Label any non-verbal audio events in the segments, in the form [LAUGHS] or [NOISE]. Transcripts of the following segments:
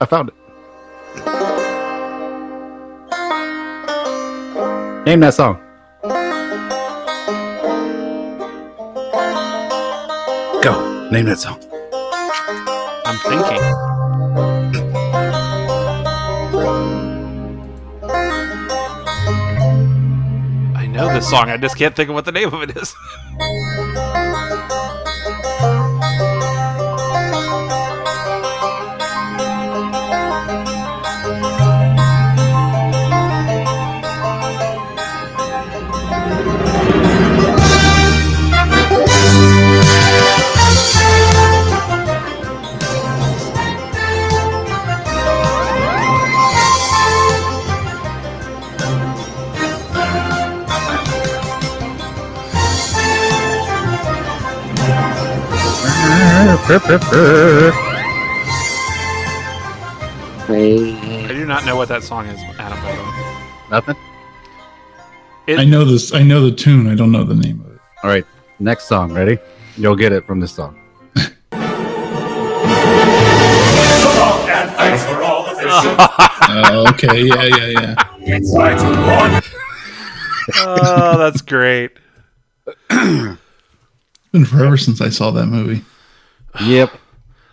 I found it. Name that song. Go. Name that song. I'm thinking. I know this song. I just can't think of what the name of it is. I do not know what that song is, Adam. By the way. Nothing? It- I know this. I know the tune. I don't know the name [LAUGHS] of it. All right. Next song. Ready? You'll get it from this song. So long and thanks for all the fishing. Oh, okay. Yeah, yeah, yeah. It's time to run. oh, that's great. It's been forever since I saw that movie. [SIGHS] Yep.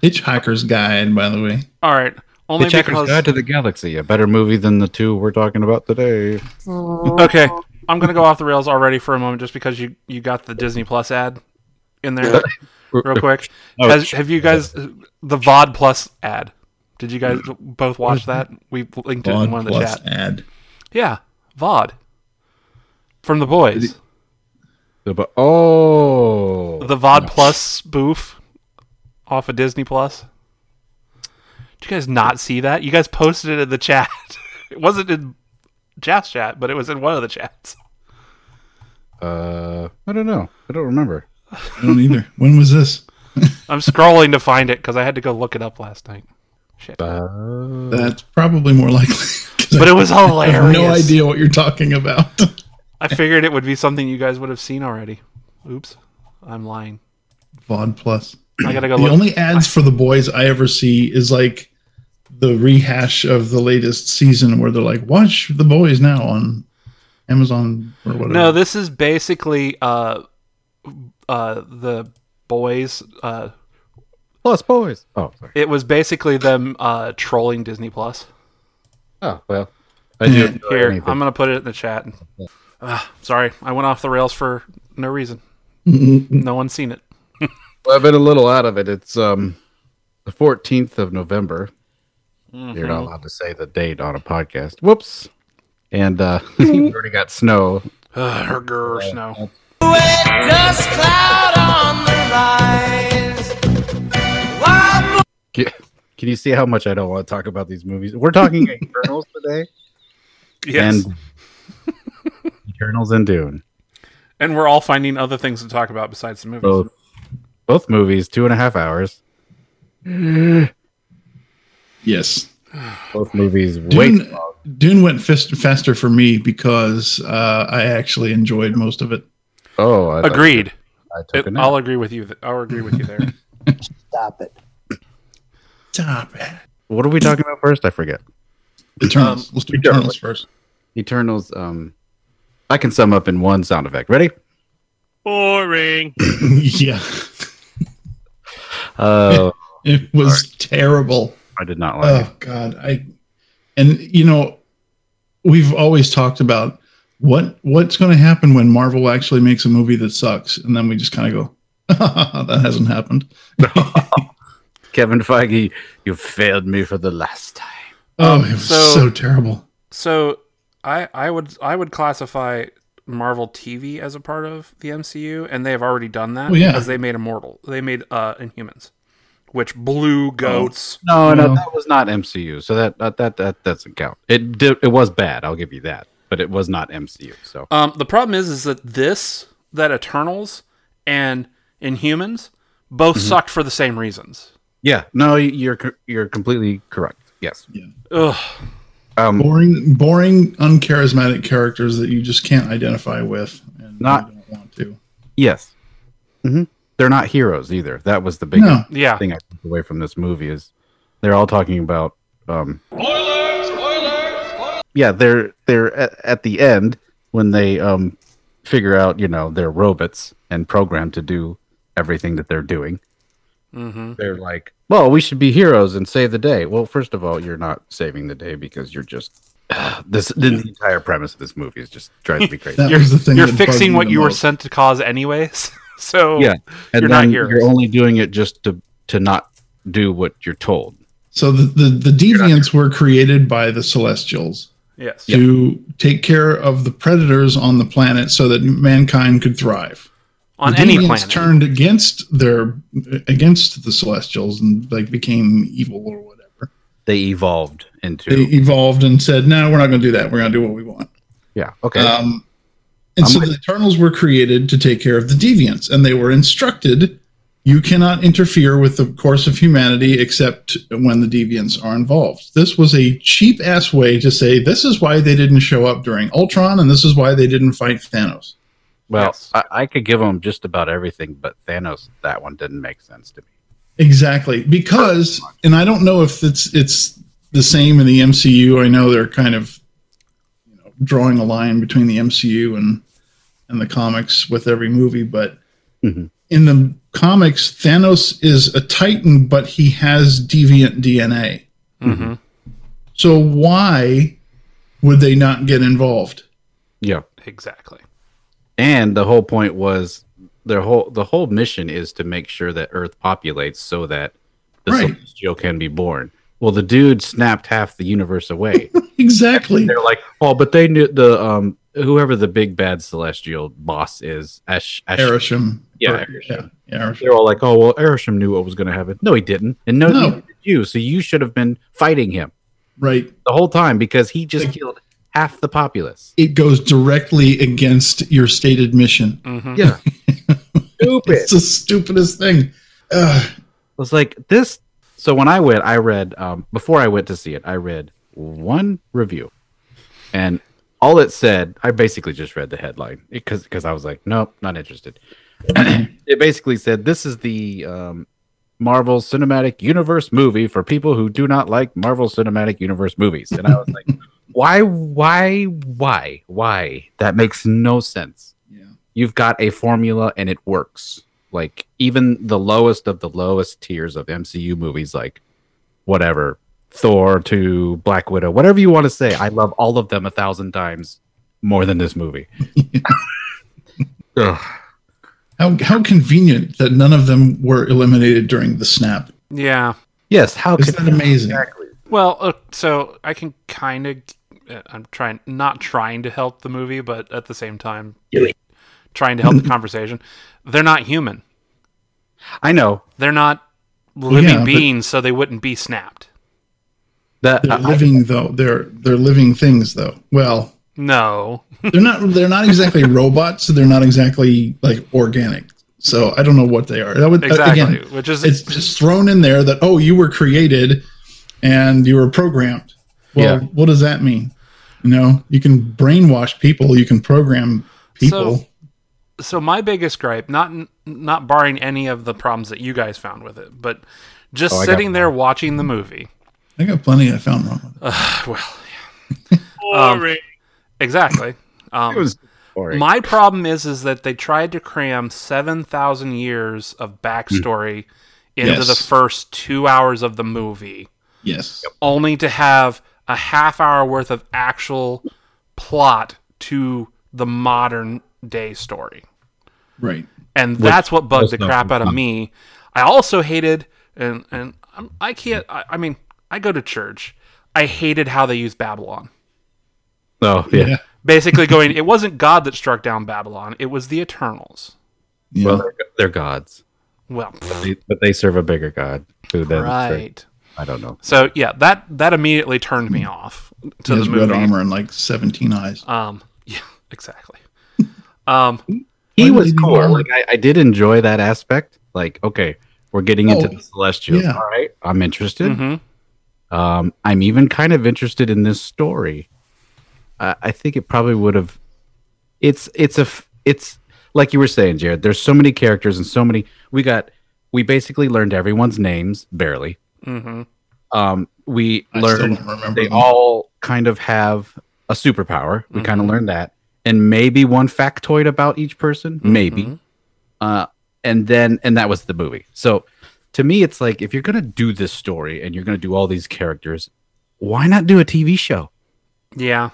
Hitchhiker's Guide, by the way. All right, only Hitchhiker's because. Guide to the Galaxy. A better movie than the two we're talking about today. Okay, I'm gonna go off the rails already for a moment, just because you you got the Disney Plus ad in there real quick. Oh, Has, sh- have you guys the VOD Plus ad? Did you guys both watch that? We linked it in one Vaughn of the plus chat. ad. Yeah, VOD from the boys. But- Uh, Oh. The VOD Plus spoof off of Disney Plus. Did you guys not see that? You guys posted it in the chat. [LAUGHS] it wasn't in Jeff's chat, but it was in one of the chats. Uh, I don't know. I don't remember. I don't either. When was this? I'm scrolling to find it because I had to go look it up last night. Uh, That's probably more likely. 'cause But [LAUGHS] I it was hilarious. have no idea what you're talking about. [LAUGHS] I figured it would be something you guys would have seen already. Oops, I'm lying. Vaughn plus. I gotta go The look. only ads for the boys I ever see is like the rehash of the latest season where they're like, watch the boys now on Amazon or whatever. no, this is basically uh, uh, the boys. Uh, Plus Boys. Oh, sorry. it was basically them uh, trolling Disney Plus. Oh, well. I do Yeah. enjoy Here, anything. I'm gonna put it in the chat. Ah, sorry, I went off the rails for no [LAUGHS] reason. no one's seen it. Well, I've been a little out of it. It's um the 14th of November. Mm-hmm. You're not allowed to say the date on a podcast. Whoops. And uh [LAUGHS] [LAUGHS] we already got snow. Uh, her grr, snow. Wet dust cloud on the rise. Wild Can can you see how much I don't want to talk about these movies? We're [LAUGHS] talking Eternals today. Yes, and, And Eternals and [LAUGHS] Dune. we're all finding other things to talk about besides the movies. Both both movies, two and a half hours. Yes. Both movies wait. Dune, Dune went fist, faster for me because uh, I actually enjoyed most of it. Oh, I, Agreed. I took a It- nap. I'll agree with you. th- I'll agree with you there. [LAUGHS] Stop it. Stop it. What are we talking about first? I forget. Eternals. Let's do Eternals first. [LAUGHS] Eternals. Um, I can sum up in one sound effect. Ready? Boring. yeah. Uh, [LAUGHS] It was terrible. I did not like. it. Oh God, I and you know we've always talked about what what's going to happen when Marvel actually makes a movie that sucks, and then we just kind of go, [LAUGHS] that hasn't happened. Kevin Feige, you failed me for the last time. Oh, it was so- so, terrible. So I I would I would classify Marvel TV as a part of the MCU, and they have already done that Well, yeah. because they made Immortal. They made uh Inhumans, which blew Oh. goats. No, no, No. that was not MCU. So that that that, that doesn't count. It did, it was bad. I'll give you that, but it was not MCU. So Um, the problem is is that this that Eternals and Inhumans both Mm-hmm. sucked for the same reasons. yeah, no, you- you're co- you're completely correct. Yes. Ugh. Um, Boring, boring, uncharismatic characters that you just can't identify with, and Not- you don't want to. yes. hmm They're not heroes either. That was the big No, Yeah. thing I took away from this movie is they're all talking about um yeah they're they're at, at the end when they um figure out you know they're robots and programmed to do everything that they're doing Mm-hmm. they're like well we should be heroes and save the day well first of all you're not saving the day because you're just [SIGHS] this the entire premise of this movie is just drives me [LAUGHS] crazy That You're- was the thing. You're that bugged fixing me what the you were most. sent to cause, anyways. [LAUGHS] so yeah and You're you're not then heroes. you're only doing it just to to not do what you're told So the, the, the deviants were created by the Celestials yes, to take care of the predators on the planet so that mankind could thrive. on the any deviants planet. turned against their against the Celestials and like became evil or whatever. they evolved into They evolved and said, "No, we're not going to do that. We're going to do what we want." yeah okay Uh, Um, and I'm so with- the Eternals were created to take care of the deviants, and they were instructed you cannot interfere with the course of humanity except when the deviants are involved. This was a cheap ass way to say this is why they didn't show up during Ultron, and this is why they didn't fight Thanos. Well, Yes. I, I could give them just about everything, but Thanos, that one didn't make sense to me. Exactly, because, and I don't know if it's it's the same in the MCU. I know they're kind of you know, drawing a line between the MCU and and the comics with every movie, but Mhm. in the comics, Thanos is a Titan, but he has deviant DNA. Mhm. So why would they not get involved? Yeah. Exactly. And the whole point was their whole the whole mission is to make sure that Earth populates so that the Right. celestial can be born. Well, the dude snapped half the universe [LAUGHS] away. Exactly. They're like, oh, but they knew the um whoever the big bad celestial boss is, Ash, Ash Erisham. Yeah, Or- Erisham. yeah, Erisham. They're all like, oh well, Erisham knew what was going to happen. No, he didn't, and no, No. neither did you. So you should have been fighting him Right. the whole time because he just killed half the populace. It goes directly against your stated mission. Mhm. Yeah. Stupid. [LAUGHS] It's the stupidest thing. Ugh. I was like, this. So when I went, I read, um, before I went to see it, I read one review. And all it said, I basically just read the headline because because I was like, nope, not interested. [CLEARS THROAT] it basically said, this is the um, Marvel Cinematic Universe movie for people who do not like Marvel Cinematic Universe movies. And I was like, why, why, why, why? That makes no sense Yeah. you've got a formula and it works. Like even the lowest of the lowest tiers of MCU movies, like whatever Thor to Black Widow, whatever you want to say, I love all of them a thousand times more than this movie. Ugh. How, how convenient that none of them were eliminated during the snap. Yeah. Yes, how Isn't could that amazing? Well, uh, so I can kind of. I'm trying not trying to help the movie, but at the same time, trying to help [LAUGHS] the conversation. They're not human. I know They're not living yeah, but- beings, so they wouldn't be snapped. that They're I- living though. They're they're living things though. [LAUGHS] Well, No. they're not they're not exactly robots. So they're not exactly like organic. So I don't know what they are. That would uh, Exactly. [LAUGHS] again, Which is it's just thrown in there that oh you were created and you were programmed. Well, Yeah. what does that mean? You know, you can brainwash people. You can program people. So- so my biggest gripe, not not barring any of the problems that you guys found with it, but just Oh, I got sitting there watching the movie. [LAUGHS] I got plenty. I found wrong. With it. well, [LAUGHS] yeah. Um, exactly. Um, it was boring. My problem is is that they tried to cram seven thousand years of backstory Hmm. into Yes. the first two hours of the movie, Yes. only to have a half hour worth of actual plot to the modern day story. Right. And that's what bugged was the not crap out of me. I also hated and and I'm, I can't. I, I mean, I go to church. I hated how they used Babylon. oh yeah. Yeah. Basically, going, it wasn't God that struck down Babylon; it was the Eternals. Yeah. Well, they're, they're gods, Well, pfft, They- but they serve a bigger god. Who then? right. I don't know. So yeah, that that immediately turned me off to he the has red movie. armor and like 17 eyes. Um, yeah, [LAUGHS] exactly. Um, he When was did he cool. learn? Like I, I did enjoy that aspect. Like, okay, we're getting into Oh, the celestials. yeah. All right, I'm interested. mhm. Um, I'm even kind of interested in this story. I, I think it probably would have. It's it's a f- it's like you were saying, Jared. There's so many characters and so many. We got we basically learned everyone's names barely. Mhm. Um, we I still learned don't remember. they them. all kind of have a superpower. We Mm-hmm. kind of learned that, and maybe one factoid about each person, maybe. Mm-hmm. Mhm. Uh, and then, and that was the movie. So, to me, it's like if you're gonna do this story and you're gonna do all these characters, why not do a TV show? Yeah.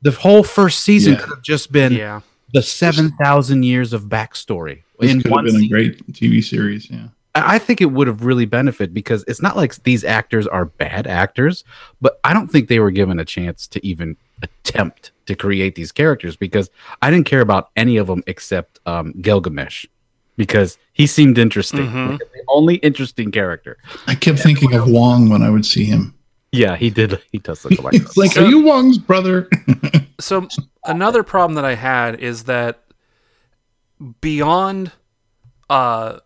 The whole first season Yeah. could have just been Yeah. the seven thousand years of backstory This in could have one been season. a great TV series. Yeah. I I think it would have really benefited because it's not like these actors are bad actors, but I don't think they were given a chance to even attempt to create these characters because I didn't care about any of them except um, Gilgamesh because he seemed interesting, Mhm. the only interesting character. I kept thinking of Wong when I would see him. Yeah, he did. He does look like. [LAUGHS] It's like, are you Wong's [LAUGHS] brother? So another problem that I had is that beyond uh,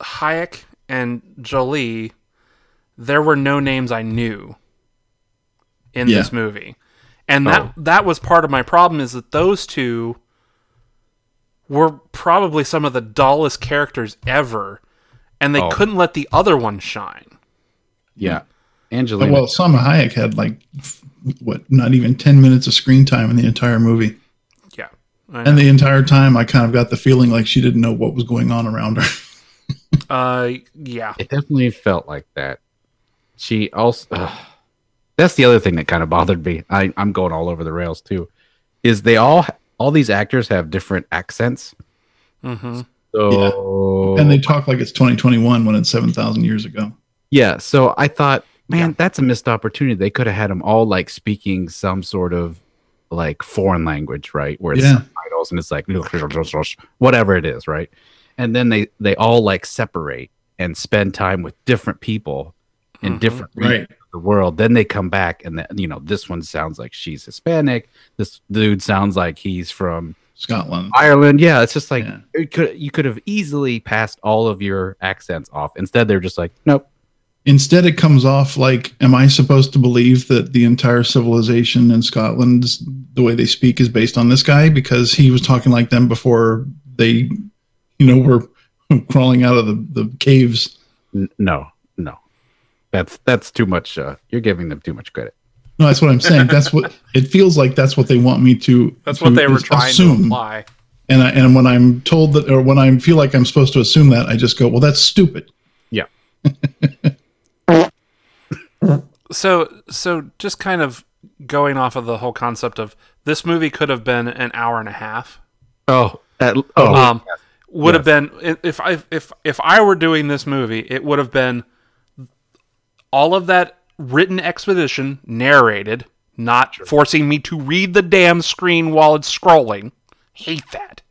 Hayek and Jolie, there were no names I knew in Yeah. Oh. this movie, and that that was part of my problem is that those two were probably some of the dullest characters ever, and they Oh. couldn't let the other one shine. yeah, Angelina. well, Salma Hayek had like f- what, not even ten minutes of screen time in the entire movie, Yeah, I and the entire time I kind of got the feeling like she didn't know what was going on around her. know. uh, yeah, It definitely felt like that. She also. ugh. that's the other thing that kind of bothered me. I, I'm going all over the rails too. Is they all all these actors have different accents. hmm So yeah, And they talk like it's 2021 when it's 7,000 years ago. so I thought, man, that's a missed opportunity. They could have had them all like speaking some sort of like foreign language, right? Where it's Yeah. subtitles and it's like whatever it is, right? And then they they all like separate and spend time with different people in Mhm. different regions. Mm-hmm. Right. the world. Then they come back and the, you know this one sounds like she's Hispanic. This dude sounds like he's from Scotland. Ireland. Yeah, it's just like Yeah. it could you could have easily passed all of your accents off. Instead, they're just like, nope. Instead, it comes off like, am I supposed to believe that the entire civilization in Scotland, the way they speak, is based on this guy because he was talking like them before they, you know, were [LAUGHS] crawling out of the, the caves? N- no, no, that's that's too much. Uh, you're giving them too much credit. No, that's what I'm [LAUGHS] saying. That's what it feels like. That's what they want me to. that's what to they were is- trying to assume. imply. And I, and when I'm told that, or when I feel like I'm supposed to assume that, I just go, well, that's stupid. so so just kind of going off of the whole concept of this movie could have been an hour and a half Oh, at, oh, um would have been i- if i if if i were doing this movie it would have been all of that written exposition narrated not forcing me to read the damn screen while it's scrolling hate that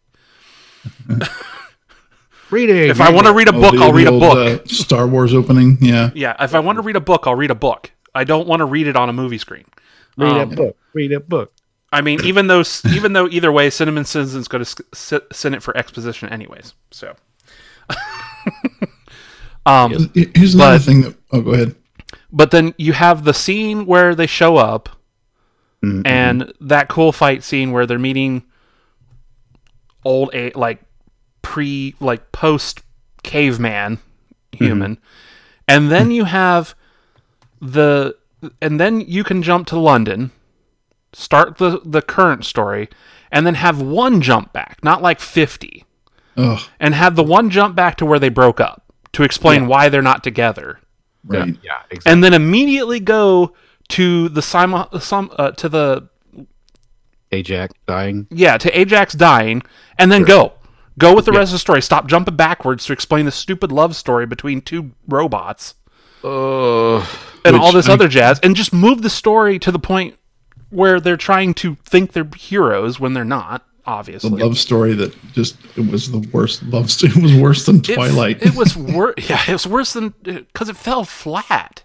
reading. if i want to read a book Oh, The- i'll read the a old, book uh, Star Wars opening. Yeah. yeah if i want to read a book i'll read a book i don't want to read it on a movie screen read um, a book, read a book. I mean, even though even though either way, Cinnamon Citizen's going to s- send it for exposition anyways. So, um, Here's another But- thing that. Oh, go ahead. but then you have the scene where they show up, and that cool fight scene where they're meeting old a like pre like post caveman human, and then you have the and then you can jump to London, start the the current story, and then have one jump back, not like fifty, Oh, and have the one jump back to where they broke up to explain why they're not together right. Yeah, exactly. and then immediately go to the Simo, some uh, to the Ajax dying. yeah to Ajax dying, and then go go with the rest of the story. Stop jumping backwards to explain the stupid love story between two robots Oh, and all this other jazz, and just move the story to the point where they're trying to think they're heroes when they're not. The Obviously, love story that just it was the worst love [LAUGHS] story. It was worse than It- Twilight. It, was worse. [LAUGHS] Yeah, it was worse than because it fell flat.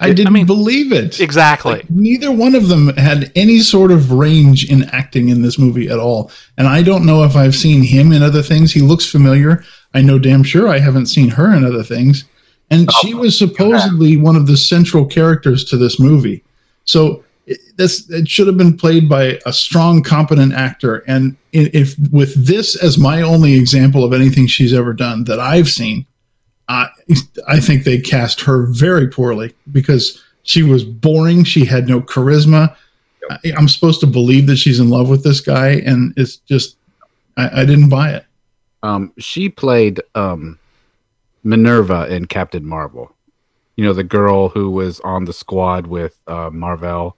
I didn't mean- believe it. Exactly. Neither one of them had any sort of range in acting in this movie at all. And I don't know if I've seen him in other things. He looks familiar. I know damn sure I haven't seen her in other things. And she was supposedly one of the central characters to this movie. So it, this it should have been played by a strong, competent actor. And i- if with this as my only example of anything she's ever done that I've seen, I I think they cast her very poorly because She was boring. She had no charisma. I, I'm supposed to believe that she's in love with this guy, and it's just I, I didn't buy it. Um, she played um, Minerva in Captain Marvel. You know, the girl who was on the squad with uh, Marvel,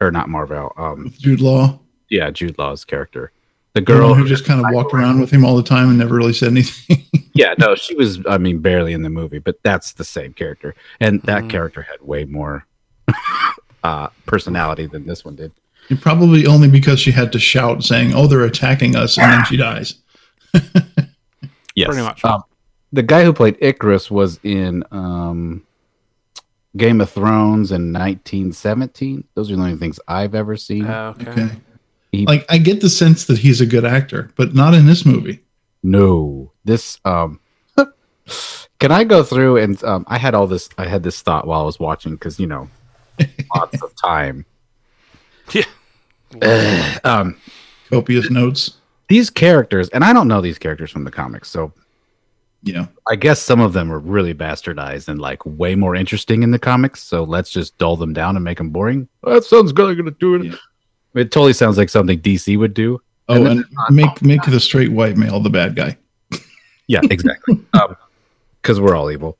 or not Marvel. Um, With Jude Law, yeah, Jude Law's character. The the girl one who just kind of walked around with him all the time and never really said anything. [LAUGHS] yeah, no, she was. I mean, barely in the movie, but that's the same character, and that Mhm. character had way more [LAUGHS] uh, personality than this one did. And probably only because she had to shout saying, "Oh, they're attacking us," and then she dies. Yes, Pretty much. Um, the guy who played Icarus was in um, Game of Thrones in 1917. Those are the only things I've ever seen. Uh, okay. Okay. He- Like I get the sense that he's a good actor, but not in this movie. no, this. Um, [LAUGHS] can I go through and um, I had all this. I had this thought while I was watching because you know, lots of time. [LAUGHS] Yeah. [SIGHS] Um, Copious notes. these characters, and I don't know these characters from the comics, so Yeah. I guess some of them are really bastardized and like way more interesting in the comics. So let's just dull them down and make them boring. That sounds good. I'm gonna do it. Yeah. It totally sounds like something DC would do. Oh, And then and make make the straight white male the bad guy. [LAUGHS] Yeah, exactly. Because we're all evil.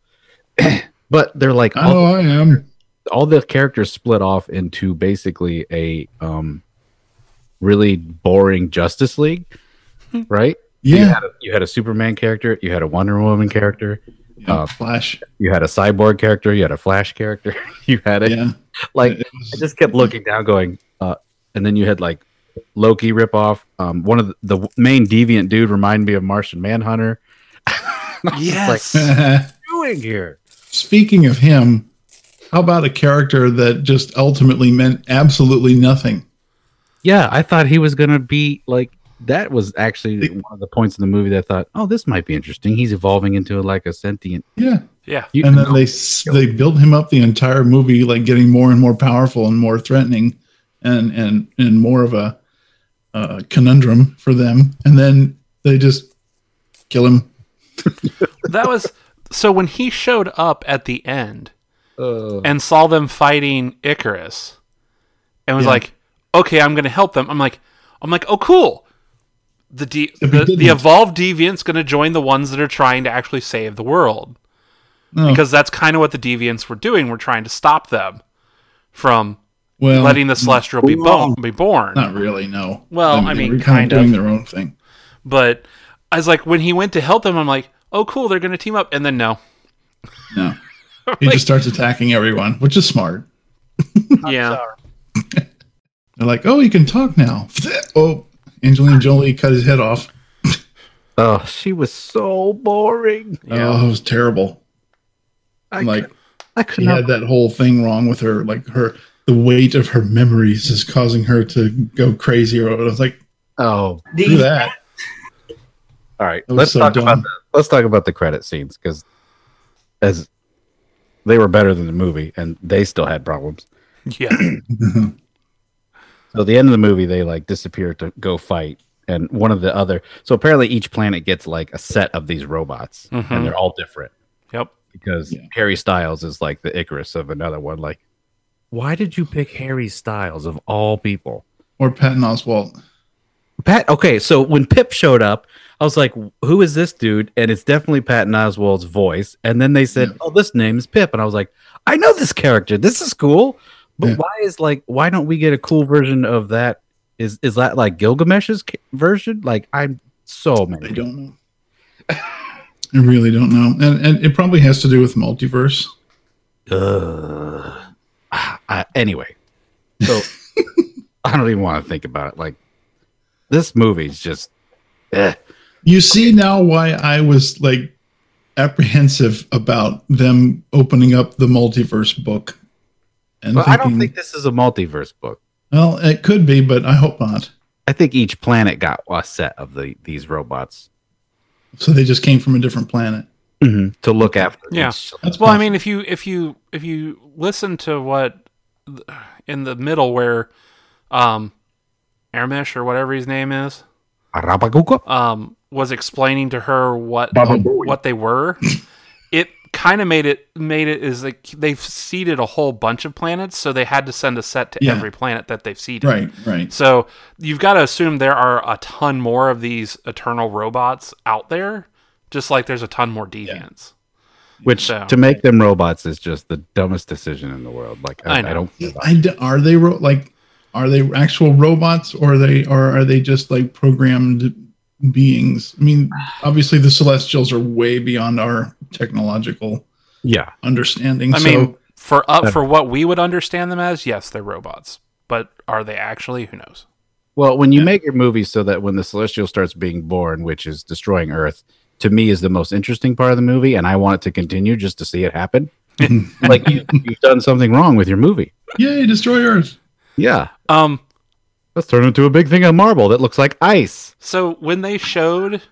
[CLEARS THROAT] but they're like I all, know Oh, I am. all the characters split off into basically a um really boring Justice [LAUGHS] League, right? You Yeah. had a, you had a Superman character. You had a Wonder Woman character. Yeah, uh, Flash. You had a Cyborg character. You had a Flash character. [LAUGHS] You had a Yeah. like It I was- just kept looking down, going, uh, and then you had like Loki ripoff. Um, one of the, the w- main deviant dude reminded me of Martian Manhunter. yes. Doing here, Speaking of him, how about a character that just ultimately meant absolutely nothing? yeah, I thought he was gonna be like that. Was actually one of the points in the movie that I thought, oh, this might be interesting. He's evolving into like a sentient. Yeah. yeah. You, and then they s- they built him up the entire movie, like getting more and more powerful and more threatening, and and and more of a uh, conundrum for them. And then they just kill him. [LAUGHS] That was so when he showed up at the end Uh, and saw them fighting Icarus and was Yeah. like, "Okay, I'm going to help them." I'm like, I'm like, "Oh, cool." The de- If he the, the didn't. evolved deviant's going to join the ones that are trying to actually save the Oh. world No, because that's kind of what the deviants were doing. We're trying to stop them from well, letting the celestial be, bo- be born. not really. Um, oh. No. Well, I they mean, were kind of. doing their own thing. But I was like, when he went to help them, I'm like, "Oh, cool, they're going to team up." And then no, [LAUGHS] No, he just starts attacking everyone, which is smart. yeah, They're like, oh, he can talk now. [LAUGHS] oh, Angelina Jolie cut his head off. oh, she was so boring. yeah. Oh, it was terrible. I like I could she not. had that whole thing wrong with her like her the weight of her memories is causing her to go crazy or I was like oh, do that All right, was let's so talk about dumb. the, let's talk about the credit scenes because as they were better than the movie, and they still had problems. yeah. So at the end of the movie, they like disappear to go fight, and one of the other. So apparently, each planet gets like a set of these robots, Mhm. and they're all different yep. because Yeah. Harry Styles is like the Icarus of another one. Like, why did you pick Harry Styles of all people? or Patton Oswalt Pat. Okay, so when Pip showed up, I was like, "Who is this dude?" And it's definitely Patton Oswald's voice. And then they said, Yeah. "Oh, this name is Pip," and I was like, "I know this character. This is cool." But Yeah. why is like why don't we get a cool version of that? Is is that like Gilgamesh's ca- version? Like I'm so I many. don't know I really don't know and and it probably has to do with multiverse Ugh. Ah, I- anyway, so [LAUGHS] I don't even want to think about it. Like this movie's just. eh. you see now why I was like apprehensive about them opening up the multiverse book and But I don't thinking, think this is a multiverse book. well it could be but I hope not I think each planet got a set of the these robots so they just came from a different planet to look after. Yeah. each- that's Well, I possible. mean, if you if you if you listen to what in the middle where um Aramish or whatever his name is Arabagugo? um was explaining to her what Baba Booey. [LAUGHS] what they were, it kind of made it made it is like they've seeded a whole bunch of planets, so they had to send a set to Yeah. every planet that they've seeded. Right, right. So you've got to assume there are a ton more of these eternal robots out there, just like there's a ton more deviants. Which So- to make them robots is just the dumbest decision in the world. Like I, I I, know. don't. [LAUGHS] I d are they ro- like are they actual robots or are they or are they just like programmed beings? I mean, obviously the Celestials are way beyond our technological Yeah, understanding. I so mean, for up Uh, for what we would understand them as, yes, they're robots. But are they actually? Who knows? Well, when you make your movie so that when the celestial starts being born, which is destroying Earth, to me is the most interesting part of the movie, and I want it to continue just to see it happen. like you, you've done something wrong with your movie. yay, destroy Earth. Yeah, Um, let's turn it into a big thing of marble that looks like ice. So when they showed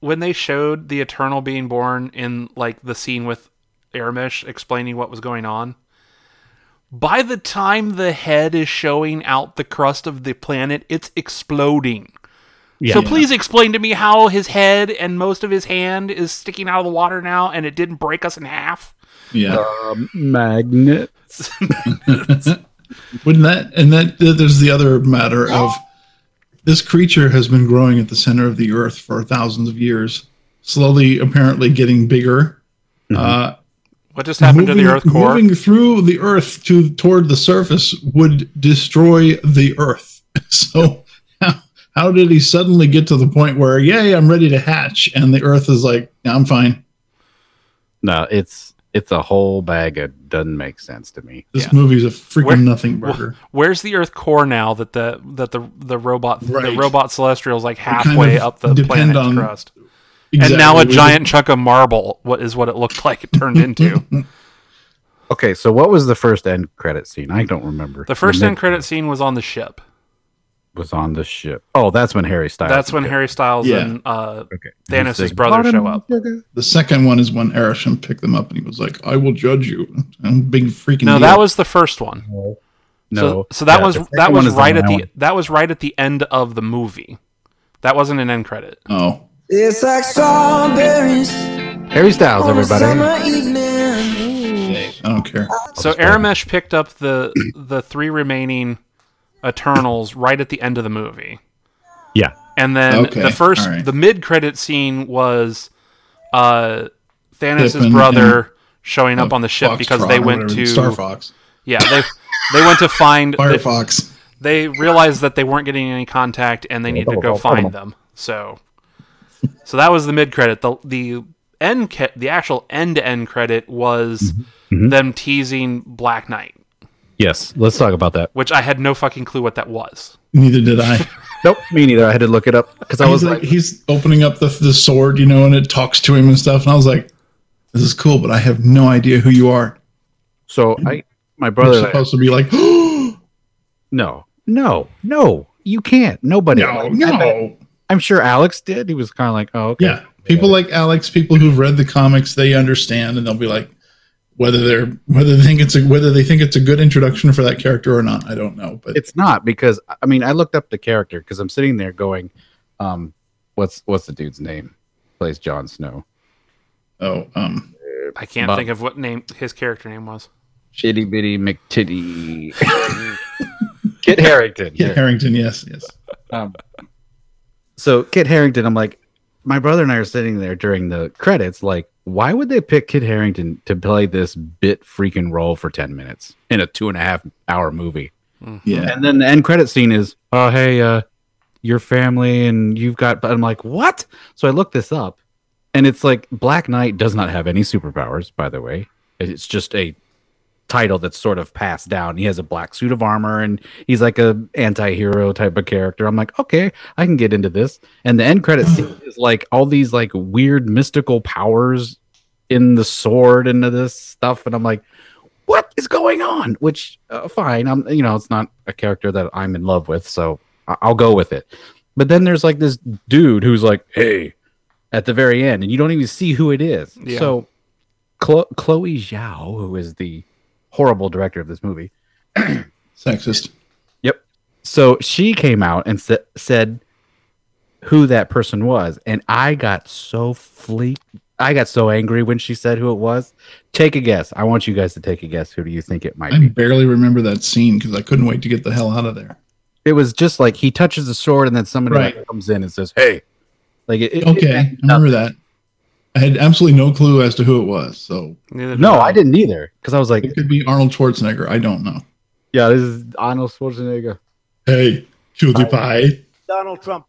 when they showed the Eternal being born in like the scene with Aramish explaining what was going on, by the time the head is showing out the crust of the planet, it's exploding. so please explain to me how his head and most of his hand is sticking out of the water now and it didn't break us in half. Yeah. Uh, Um, magnet. Wouldn't that and that th- there's the other matter of this creature has been growing at the center of the earth for thousands of years, slowly apparently getting bigger. Mm-hmm. Uh, What just happened moving, to the Earth core? moving through the earth to toward the surface would destroy the earth. [LAUGHS] So how, how did he suddenly get to the point where yay, I'm ready to hatch and the earth is like, "Yeah, I'm fine. No, it's it's a whole bag of doesn't make sense to me. This Yeah. movie's a freaking Where- nothing burger. Where's the Earth core now that the that the the robot the Right. robot celestial's like kind halfway of up the depend planet's on- crust? and now Exactly. a We- giant chunk of marble what is what it looked [LAUGHS] like it turned [LAUGHS] into Okay, so what was the first end credit scene? I don't remember. the first mid- end credit scene was on the ship was on the ship. Oh, that's when Harry Styles. that's when okay. harry styles Yeah. and uh, Okay. thanos' He's like, brother show up The second one is when Arishem picked them up and he was like, I will judge you. I'm big freaking no deal. that was the first one No, so, so that Yeah, was the second that one was is right one at I the want. that was right at the end of the movie that wasn't an end credit Oh. It's like strawberries Harry Styles, Oh, on a everybody. summer evening. I don't care. so aramesh picked up the [CLEARS THROAT] the three remaining eternals right at the end of the movie Yeah. And then Okay, the first, all right. the mid credit scene was uh, Thanos' Pippin brother showing up on the ship Foxtrot because they or went whatever, to Star Fox. yeah they they went to find they, Firefox. they realized that they weren't getting any contact and they needed to go find them. So so that was the mid credit. The the end ca- the actual end to end credit was them teasing Black Knight, Yes. Let's talk about that. which I had no fucking clue what that was. Neither did I. [LAUGHS] Nope. Me neither. I had to look it up because I he's was like, like, he's opening up the, the sword, you know, and it talks to him and stuff. And I was like, this is cool, but I have no idea who you are. so I, my You're brother, supposed to be like, [GASPS] no, no, no, you can't. Nobody. no, Like, I bet- no. I'm sure Alex did. He was kind of like, oh, okay. Yeah. People like Alex, people who've read the comics, they understand and they'll be like, whether they're whether they think it's a whether they think it's a good introduction for that character or not, I don't know. But It's not because I mean I looked up the character because I'm sitting there going, um, what's what's the dude's name? Plays Jon Snow. oh, um, I can't But- think of what name his character name was. Shitty bitty McTitty. [LAUGHS] Kit Harrington. Kit Harrington, yes, yes. Um, so Kit Harrington, I'm like, my brother and I are sitting there during the credits, like, why would they pick Kit Harrington to play this bit freaking role for ten minutes in a two and a half hour movie? Yeah. And then the end credit scene is, oh hey, uh, your family and you've got. But I'm like, what? So I looked this up, and it's like Black Knight does not have any superpowers, by the way. It's just a title that's sort of passed down. He has a black suit of armor and he's like a anti-hero type of character. I'm like, okay, I can get into this. And the end credit scene is like all these like weird mystical powers in the sword and this stuff. And I'm like, what is going on? Which uh, fine, I'm you know, it's not a character that I'm in love with, so I- I'll go with it. But then there's like this dude who's like, hey, at the very end, and you don't even see who it is. Yeah. So Chlo- Chloe Zhao, who is the horrible director of this movie. Sexist. So she came out and sa- said who that person was, and I got so fleek. I got so angry when she said who it was. Take a guess. I want you guys to take a guess. Who do you think it might I be? barely remember that scene because I couldn't wait to get the hell out of there. It was just like he touches the sword and then somebody Right. like comes in and says, "Hey." Like it, it- Okay, I it- remember that. I had absolutely no clue as to who it was, so Neither do no, I didn't either because I was like, it could be Arnold Schwarzenegger. I don't know. "Yeah, this is Arnold Schwarzenegger." Hey, cutie pie. Donald Trump.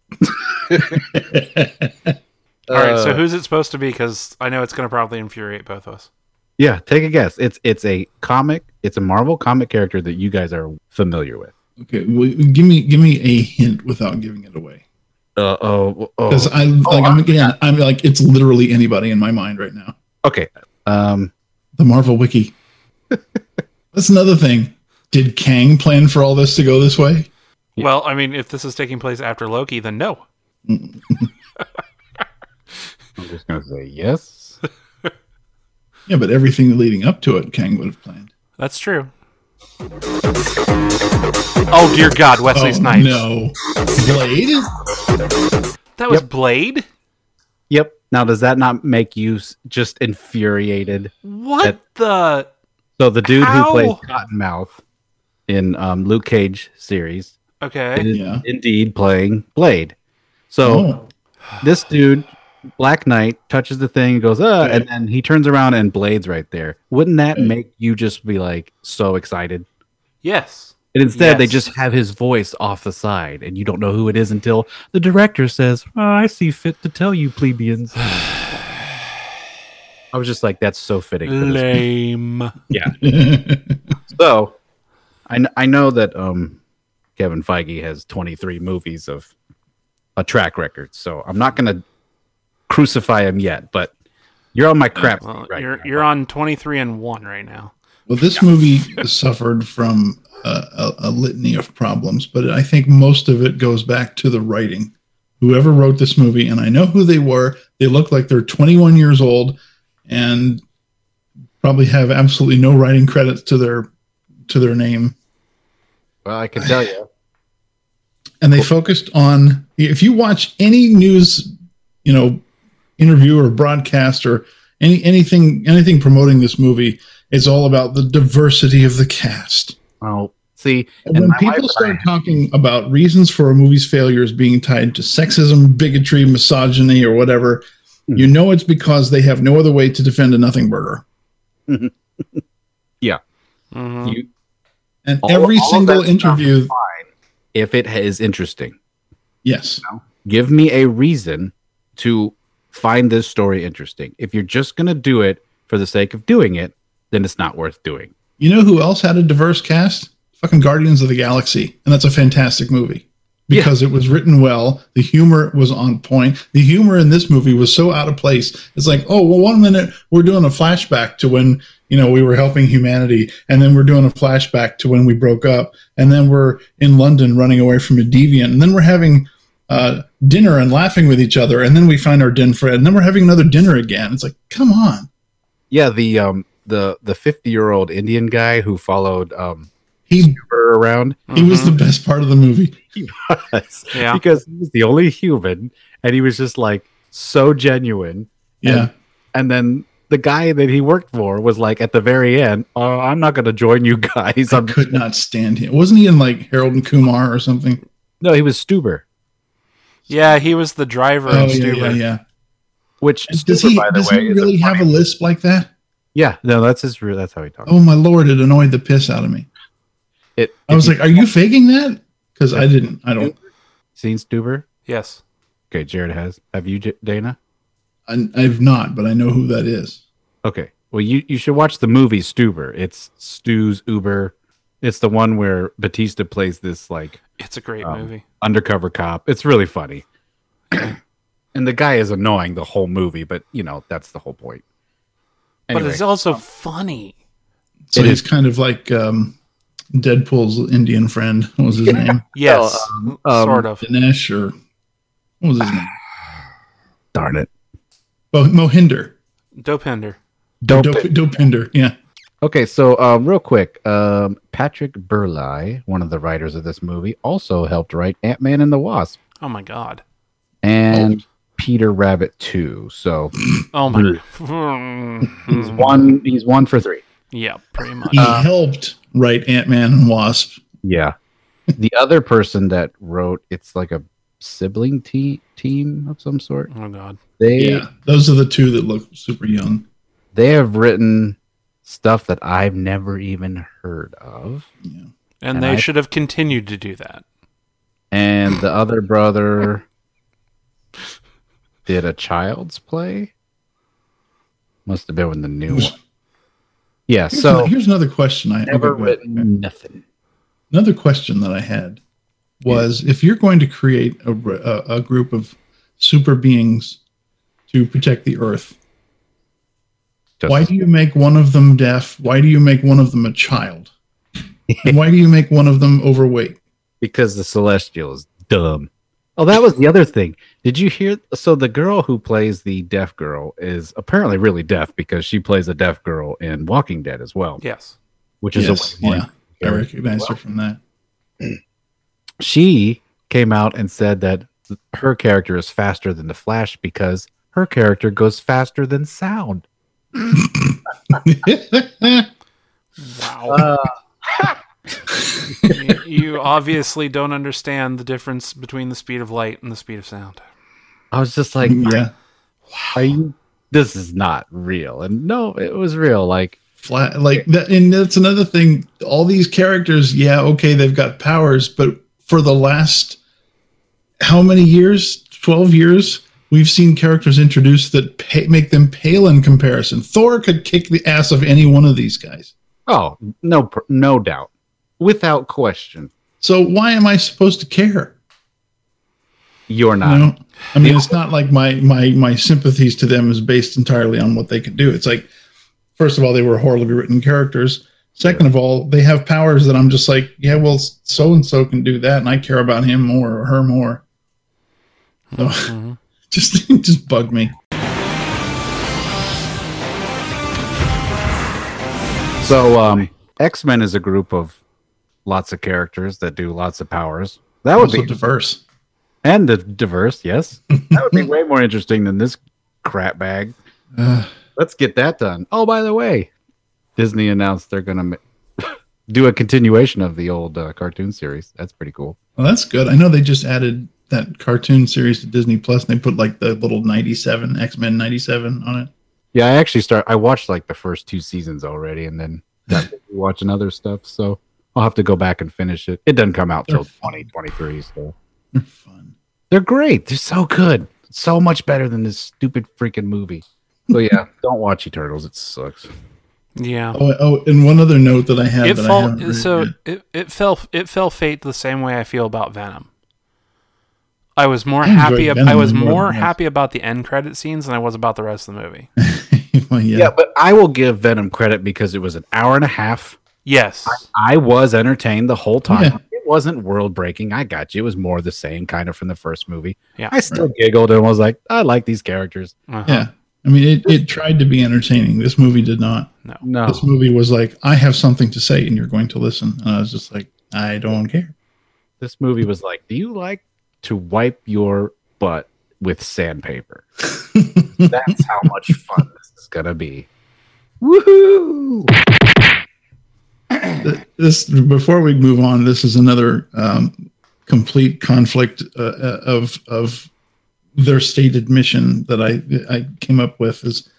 All right, so Uh, who's it supposed to be? Because I know it's going to probably infuriate both of us. Yeah, take a guess. It's it's a comic. It's a Marvel comic character that you guys are familiar with. [LAUGHS] Okay, well, give me give me a hint without giving it away. Uh oh. Because oh. I like I'm yeah I'm like it's literally anybody in my mind right now. Okay. Um. The Marvel Wiki. That's another thing. Did Kang plan for all this to go this way? Yeah. Well, I mean, if this is taking place after Loki, then no. I'm just gonna say yes. Yeah, but everything leading up to it, Kang would have planned. That's true. Oh dear God, Wesley oh Snipes. no, Blade. That was Yep. Blade. [LAUGHS] Yep. Now, does that not make you s- just infuriated? What That- the? So the dude How? who plays Cottonmouth in um, Luke Cage series Okay. is Yeah. indeed playing Blade. So Oh, this dude, Black Knight, touches the thing and goes, uh, and then he turns around and Blade's right there. Wouldn't that Right. make you just be like so excited? Yes. And instead, they Yes. just have his voice off the side, and you don't know who it is until the director says, "Oh, "I see fit to tell you, plebeians." [SIGHS] I was just like, "That's so fitting." for this movie." Lame. So, I kn- I know that um, Kevin Feige has 23 movies of a track record, so I'm not gonna crucify him yet. But you're on my crap. Well, sheet right you're now. you're on twenty three and one right now. well, this movie suffered from a, a, a litany of problems, but I think most of it goes back to the writing. Whoever wrote this movie, and I know who they were, they look like they're 21 years old, and probably have absolutely no writing credits to their to their name. Well, I can tell [LAUGHS] you. and they focused on if you watch any news you know interview or broadcast or any anything anything promoting this movie it's all about the diversity of the cast Oh, see, and and when my wife and people I- start talking about reasons for a movie's failures being tied to sexism bigotry misogyny or whatever Hmm. you know it's because they have no other way to defend a nothing burger Mhm. you and All- every all of single that stuff is interview fine if it is interesting yes give me a reason to find this story interesting if you're just going to do it for the sake of doing it then it's not worth doing You know who else had a diverse cast? Fucking Guardians of the Galaxy. And that's a fantastic movie because it was written well. The humor was on point. The humor in this movie was so out of place. It's like, oh, well, one minute we're doing a flashback to when, you know, we were helping humanity. And then we're doing a flashback to when we broke up. And then we're in London running away from a deviant. And then we're having uh, dinner and laughing with each other. And then we find our den friend. And then we're having another dinner again. It's like, come on. yeah the um the the 50 year old indian guy who followed um He, her around [LAUGHS] he was the best part of the movie. us [LAUGHS] Yeah. because he was the only human and he was just like so genuine Yeah. and then the guy that he worked for was like at the very end oh i'm not going to join you [LAUGHS] guys I [LAUGHS] I'm, could not stand him. Wasn't he in like Harold and Kumar or something? no he was stuber Yeah, he was the driver Oh of yeah, Stuber. yeah, yeah. which And Does Stuber, he, by the does way he is a really have funny- a lisp like that? Yeah, no, that's his real. That's how he talks. Oh my lord! It annoyed the piss out of me. It, I was like, "Are you faking that?" Because I didn't. I don't. seen Stuber? Yes. Okay, Jared has. Have you, J- Dana? I, I've not, but I know who that is. Okay, well, you you should watch the movie Stuber. It's Stu's Uber. It's the one where Batista plays this like It's a great Um, movie. undercover cop. It's really funny, [CLEARS THROAT] and the guy is annoying the whole movie. But you know that's the whole point. Anyway, but it's also funny. So It he's kind of like um, Deadpool's Indian friend. What was his name? Yes. um, sort of. Dinesh or what was his name? darn it. Bo- Mohinder. Dopinder. Dope. Dop- Dopinder. Yeah. Okay, so um, real quick, um, Patrick Burley, one of the writers of this movie, also helped write Ant Man and the Wasp. Oh my God. and Peter Rabbit two. So Oh my. [LAUGHS] he's one. He's one for three. yeah, pretty much. He Uh-huh. helped write Ant Man and Wasp. [LAUGHS] Yeah. the other person that wrote it's like a sibling te- team of some sort. Oh god. They Yeah, those are the two that look super young. they have written stuff that I've never even heard of. And, And they I- should have continued to do that. And the [LAUGHS] other brother did a child's play. Must have been when the [LAUGHS] new one. Yeah, Here's so ano- here's another question I [LAUGHS] never okay, wait. written nothing. Another question that I had was if you're going to create a, r- a- a group of super beings to protect the Earth, Just- why do you make one of them deaf? Why do you make one of them [LAUGHS] a child? And why do you make one of them overweight? because the celestial is dumb. Oh, that was the other thing. Did you hear? So the girl who plays the deaf girl is apparently really deaf because she plays a deaf girl in Walking Dead as well, Yes. which is Yes, a way more yeah, I recognized her from that. she came out and said that th- her character is faster than the Flash because her character goes faster than sound. [LAUGHS] Wow. Uh. [LAUGHS] You- you obviously don't understand the difference between the speed of light and the speed of sound. I was just like, [LAUGHS] yeah, "Are you? This is not real." And no, it was real. Like, flat like that and that's another thing all these characters yeah okay they've got powers but for the last how many years 12 years we've seen characters introduced that pay, make them pale in comparison thor could kick the ass of any one of these guys oh no, pr- no doubt, without question, so why am i supposed to care you're you not. Mm-hmm. know i mean it's not like my my my sympathies to them is based entirely on what they could do it's like first of all they were horribly written characters second of all they have powers that i'm just like yeah well so and so can do that and i care about him more or her more so Mm-hmm. [LAUGHS] just just bug me So um, X Men is a group of lots of characters that do lots of powers. That would also be diverse and the diverse, yes. That would be way more interesting than this crap bag. Ugh. Let's get that done. Oh, by the way, Disney announced they're gonna ma- [LAUGHS] do a continuation of the old uh, cartoon series. That's pretty cool. well that's good i know they just added that cartoon series to disney plus and they put like the little 97 x-men 97 on it Yeah, I actually start. I watched like the first two seasons already, and then got busy watching other stuff. So I'll have to go back and finish it. It doesn't come out till They're twenty twenty three. So they're fun They're great. They're so good. So much better than this stupid freaking movie. So yeah, don't watch Eternals. It sucks. Yeah. oh, oh and one other note that i have It that I haven't fall read so yet. it, it fell it fell fate the same way I feel about Venom. I was more I enjoyed happy ab- Venom I was more than more this. happy about the end credit scenes than I was about the rest of the movie. [LAUGHS] [LAUGHS] Well, yeah. Yeah, but I will give Venom credit because it was an hour and a half. Yes. I was entertained the whole time. Yeah. It wasn't world breaking. I got you. It was more the same kind of from the first movie. Yeah. I still giggled and was like, I like these characters. Uh-huh. Yeah. I mean, it, it tried to be entertaining. This movie did not. No, This movie was like, I have something to say and you're going to listen. And I was just like, I don't care. this movie was like, do you like to wipe your butt with sandpaper? That's how much fun this is gonna be. Woohoo! This before we move on, this is another um, complete conflict uh, uh, of of their stated mission that I I came up with is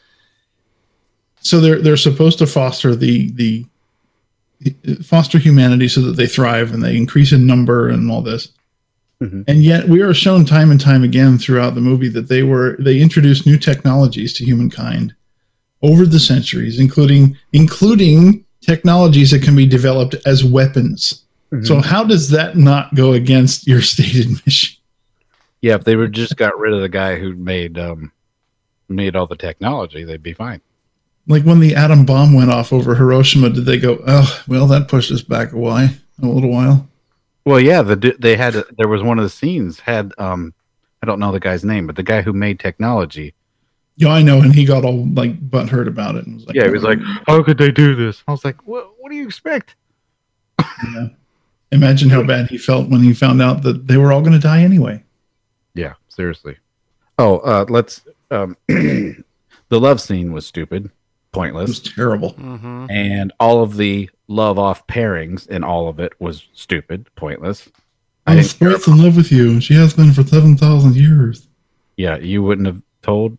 so they're they're supposed to foster the the foster humanity so that they thrive and they increase in number and all this. Mhm. And yet we are shown time and time again throughout the movie that they were they introduced new technologies to humankind over the centuries, including including technologies that can be developed as weapons. Mm-hmm. So how does that not go against your [LAUGHS] stated mission? Yeah, if they were just got rid of the guy who made um made all the technology, they'd be fine. Like when the atom bomb went off over Hiroshima, did they go, "Oh, well, that pushed us back a while, a little while"? Well, yeah, the du- they had there was one of the scenes had um I don't know the guy's name, but the guy who made technology. Yeah, I know. And he got all like butthurt about it. And was like, Yeah, he was like, "How could they do this?" I was like, "What? What do you expect?" imagine how bad he felt when he found out that they were all going to die anyway. Yeah, seriously. Oh, uh, let's. Um, [CLEARS THROAT] the love scene was stupid, It was pointless, terrible. Mm-hmm. and all of the love off pairings in all of it was stupid, pointless. I I'm didn't care spirit's in love with you, and she has been for seven thousand years. Yeah, you wouldn't have told.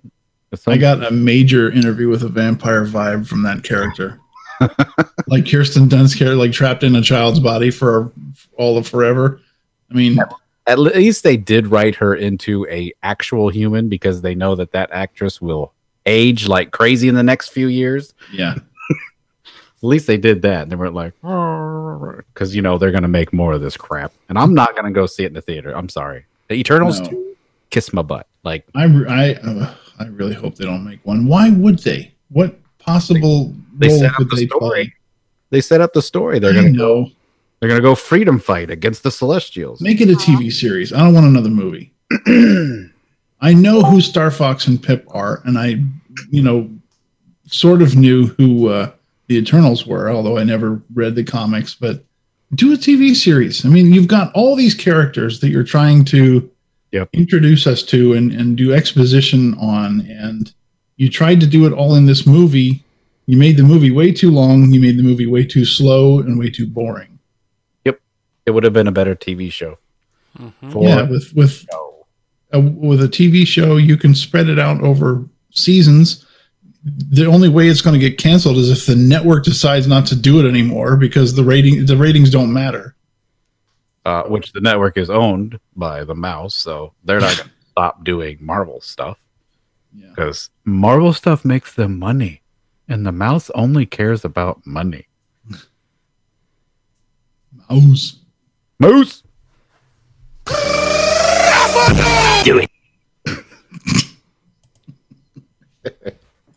I got a major interview with a vampire vibe from that character, [LAUGHS] like Kirsten Dunst character, like trapped in a child's body for all of forever. I mean, At least they did write her into a actual human because they know that that actress will age like crazy in the next few years. yeah, At least they did that. They weren't like, because you know they're gonna make more of this crap, and I'm not gonna go see it in the theater. I'm sorry. The Eternals No. 2, kiss my butt. Like I re- I uh, I really hope they don't make one. Why would they? What possible they role set up could the they story. They set up the story. play? They're I gonna go. know. They're gonna go freedom fight against the Celestials. Make it a TV series. I don't want another movie. [CLEARS THROAT] I know who Star Fox and Pip are, and I, you know, sort of knew who uh, the Eternals were, although I never read the comics. But do a TV series. I mean, you've got all these characters that you're trying to Yep. introduce us to and, and do exposition on, and you tried to do it all in this movie. You made the movie way too long. You made the movie way too slow and way too boring. It would have been a better TV show. Mm-hmm. For yeah, with with a, with a TV show, you can spread it out over seasons. The only way it's going to get canceled is if the network decides not to do it anymore because the rating the ratings don't matter. uh, which the network is owned by the mouse, so they're not [LAUGHS] going to stop doing Marvel stuff Yeah. because Marvel stuff makes them money, and the mouse only cares about money. Mouse. Moose,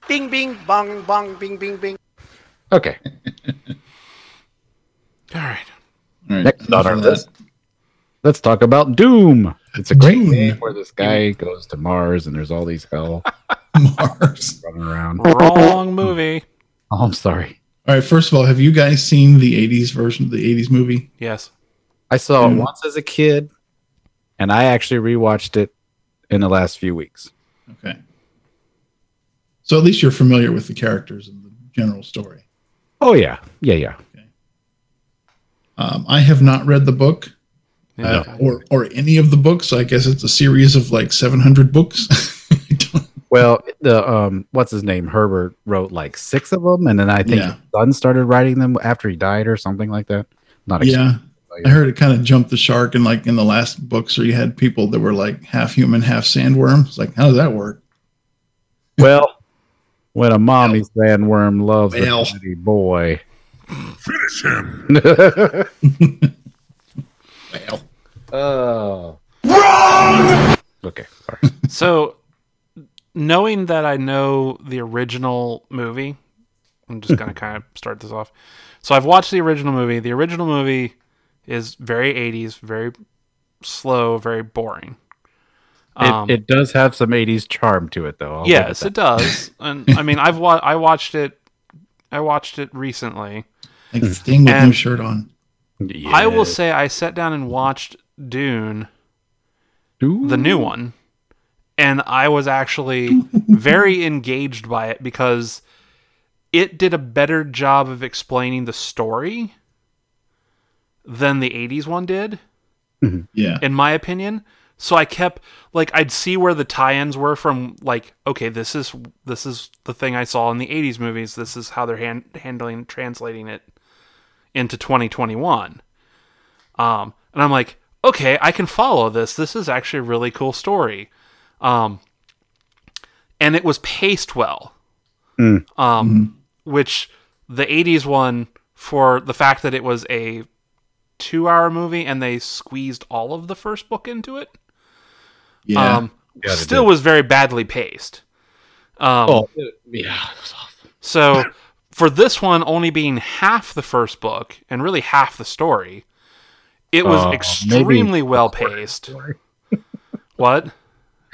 Bing, bing, bong, bong, bing, bing, bing. okay, All right. All right, Next on enough our of that. list. let's talk about Doom. It's a great Doom. game where this guy goes to Mars, and there's all these [LAUGHS] hell [LAUGHS] Mars. running around. Wrong movie. Oh, I'm sorry, All right. First of all, have you guys seen the '80s version of the '80s movie? Yes. I saw Doom. it once as a kid, and I actually rewatched it in the last few weeks. Okay. So at least you're familiar with the characters and the general story. Oh yeah, yeah, yeah. Um, I have not read the book uh, or or any of the books. I guess it's a series of like 700 books. [LAUGHS] I don't- Well, the um, what's his name? Herbert wrote like six of them, and then I think Yeah. his son started writing them after he died or something like that. Not ex- yeah, I heard it kind of jumped the shark. And like in the last books, where you had people that were like half human, half sandworm. It's like, how does that work? Well, when a mommy sandworm loves Well. a tiny boy, [LAUGHS] finish him. well, oh, wrong. Okay, sorry. So, knowing that I know the original movie, I'm [LAUGHS] just going to kind of start this off. So, I've watched the original movie. The original movie is very 80s, very slow, very boring. Um, it, it does have some '80s charm to it, though. I'll give it yes, that. [LAUGHS] it does. and I mean, I've wa- I watched it. I watched it recently. Like Sting with no And- shirt on. I will Yes. say I sat down and watched Dune, the Ooh. new one, and I was actually very engaged by it because it did a better job of explaining the story than the 80s one did Yeah, in my opinion. So I kept like I'd see where the tie-ins were from like okay this is this is the thing I saw in the 80s movies this is how they're hand, handling translating it into 2021. Um and I'm like okay I can follow this this is actually a really cool story. Um and it was paced well. Um which the 80s one for the fact that it was a two hour movie and they squeezed all of the first book into it yeah. um, Yeah, they still did. was very badly paced um, Oh, yeah. [LAUGHS] so for this one only being half the first book and really half the story it was Uh, maybe extremely well paced what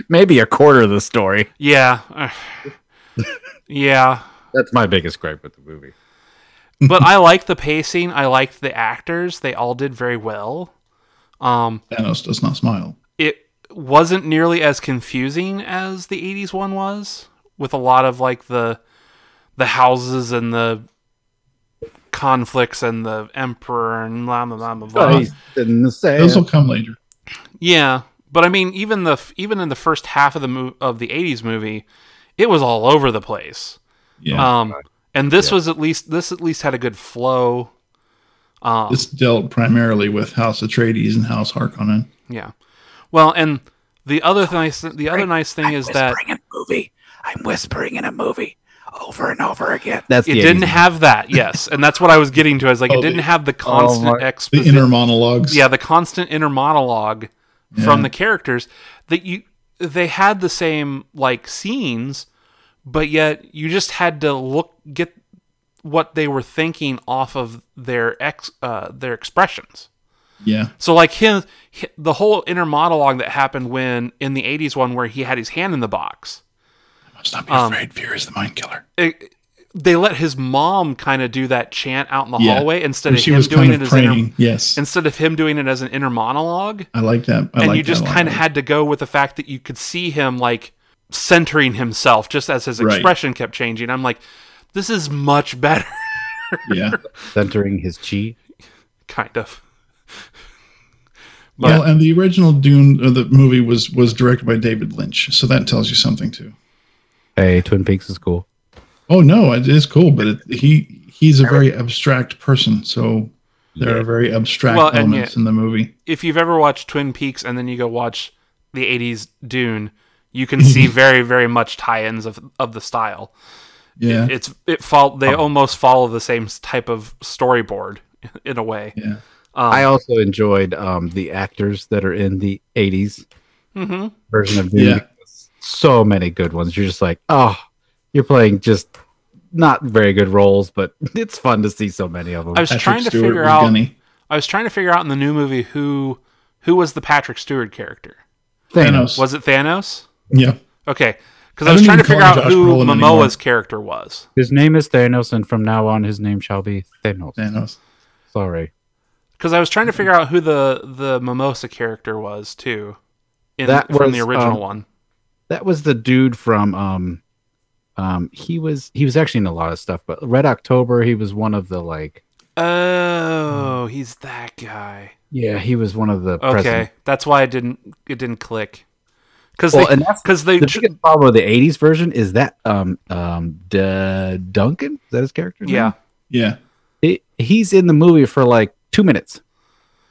Maybe a quarter of the story. [LAUGHS] yeah yeah That's my biggest gripe with the movie. but i liked the pacing i liked the actors they all did very well um, Thanos does not smile. it wasn't nearly as confusing as the 80s one was with a lot of like the the houses and the conflicts and the emperor and blah blah blah blah blah. Christ in the sand. Those will come later. Yeah, but I mean, even the f- even in the first half of the mo- of the '80s movie, it was all over the place. Yeah, um, and this was at least this at least had a good flow. Um, this dealt primarily with House Atreides and House Harkonnen. yeah. Well, and the other nice the other nice thing is that in a movie. I'm whispering in a movie over and over again. That's it the didn't 80s. have that. Yes, and that's what I was getting to. I was like, Oh, it didn't the- have the constant my- The exposition. inner monologues. yeah the constant inner monologue Yeah. from the characters that you they had the same like scenes but yet you just had to look get what they were thinking off of their ex uh, their expressions yeah, so like him hi- the whole inner monologue that happened when in the 80s one where he had his hand in the box must not be Um, afraid. Fear is the mind killer. it, they let his mom kind of do that chant out in the Yeah. hallway instead And of she him was doing it kind of as an inner, praying. Yes, instead of him doing it as an inner monologue I like that. I and like you just kind of had to go with the fact that you could see him like centering himself just as his Right. expression kept changing. I'm like, this is much [LAUGHS] better, yeah. centering his chi. kind of. Well, and the original Dune, uh, the movie was was directed by David Lynch, so that tells you something too. Hey, Twin Peaks is cool. Oh no, it is cool, but it, he he's a very abstract person, so there are very abstract Well, and elements yet- in the movie. If you've ever watched Twin Peaks and then you go watch the 80s Dune, you can [LAUGHS] see very, very much tie-ins of, of the style. Yeah, It's it fol- Um, they almost follow the same type of storyboard [LAUGHS] in a way. yeah. I also enjoyed um, the actors that are in the 80s hmm version of Dune. Yeah. So many good ones. You're just like, oh, you're playing just not very good roles, but [LAUGHS] it's fun to see so many of them. I was trying to figure was out. Gunny. I was trying to figure out in the new movie who who was the Patrick Stewart character. Thanos. Was it Thanos? Yeah, Okay, because I I was trying don't to even figure call him out Josh who Brolin Momoa's anymore. character was. His name is Thanos, and from now on, his name shall be Thanos. Thanos. Sorry. Because I was trying to figure out who the the Mimosa character was too, in, That from was, the original um, one. That was the dude from um, um. He was he was actually in a lot of stuff, but Red October. He was one of the like. Oh, he's that guy. Yeah, he was one of the. Okay, presidents. that's why I didn't it didn't click. Because Well, they and that's because they the ch- biggest problem with the '80s version is that um um D- Duncan is that his character? name? yeah Yeah, He- he's in the movie for like two minutes,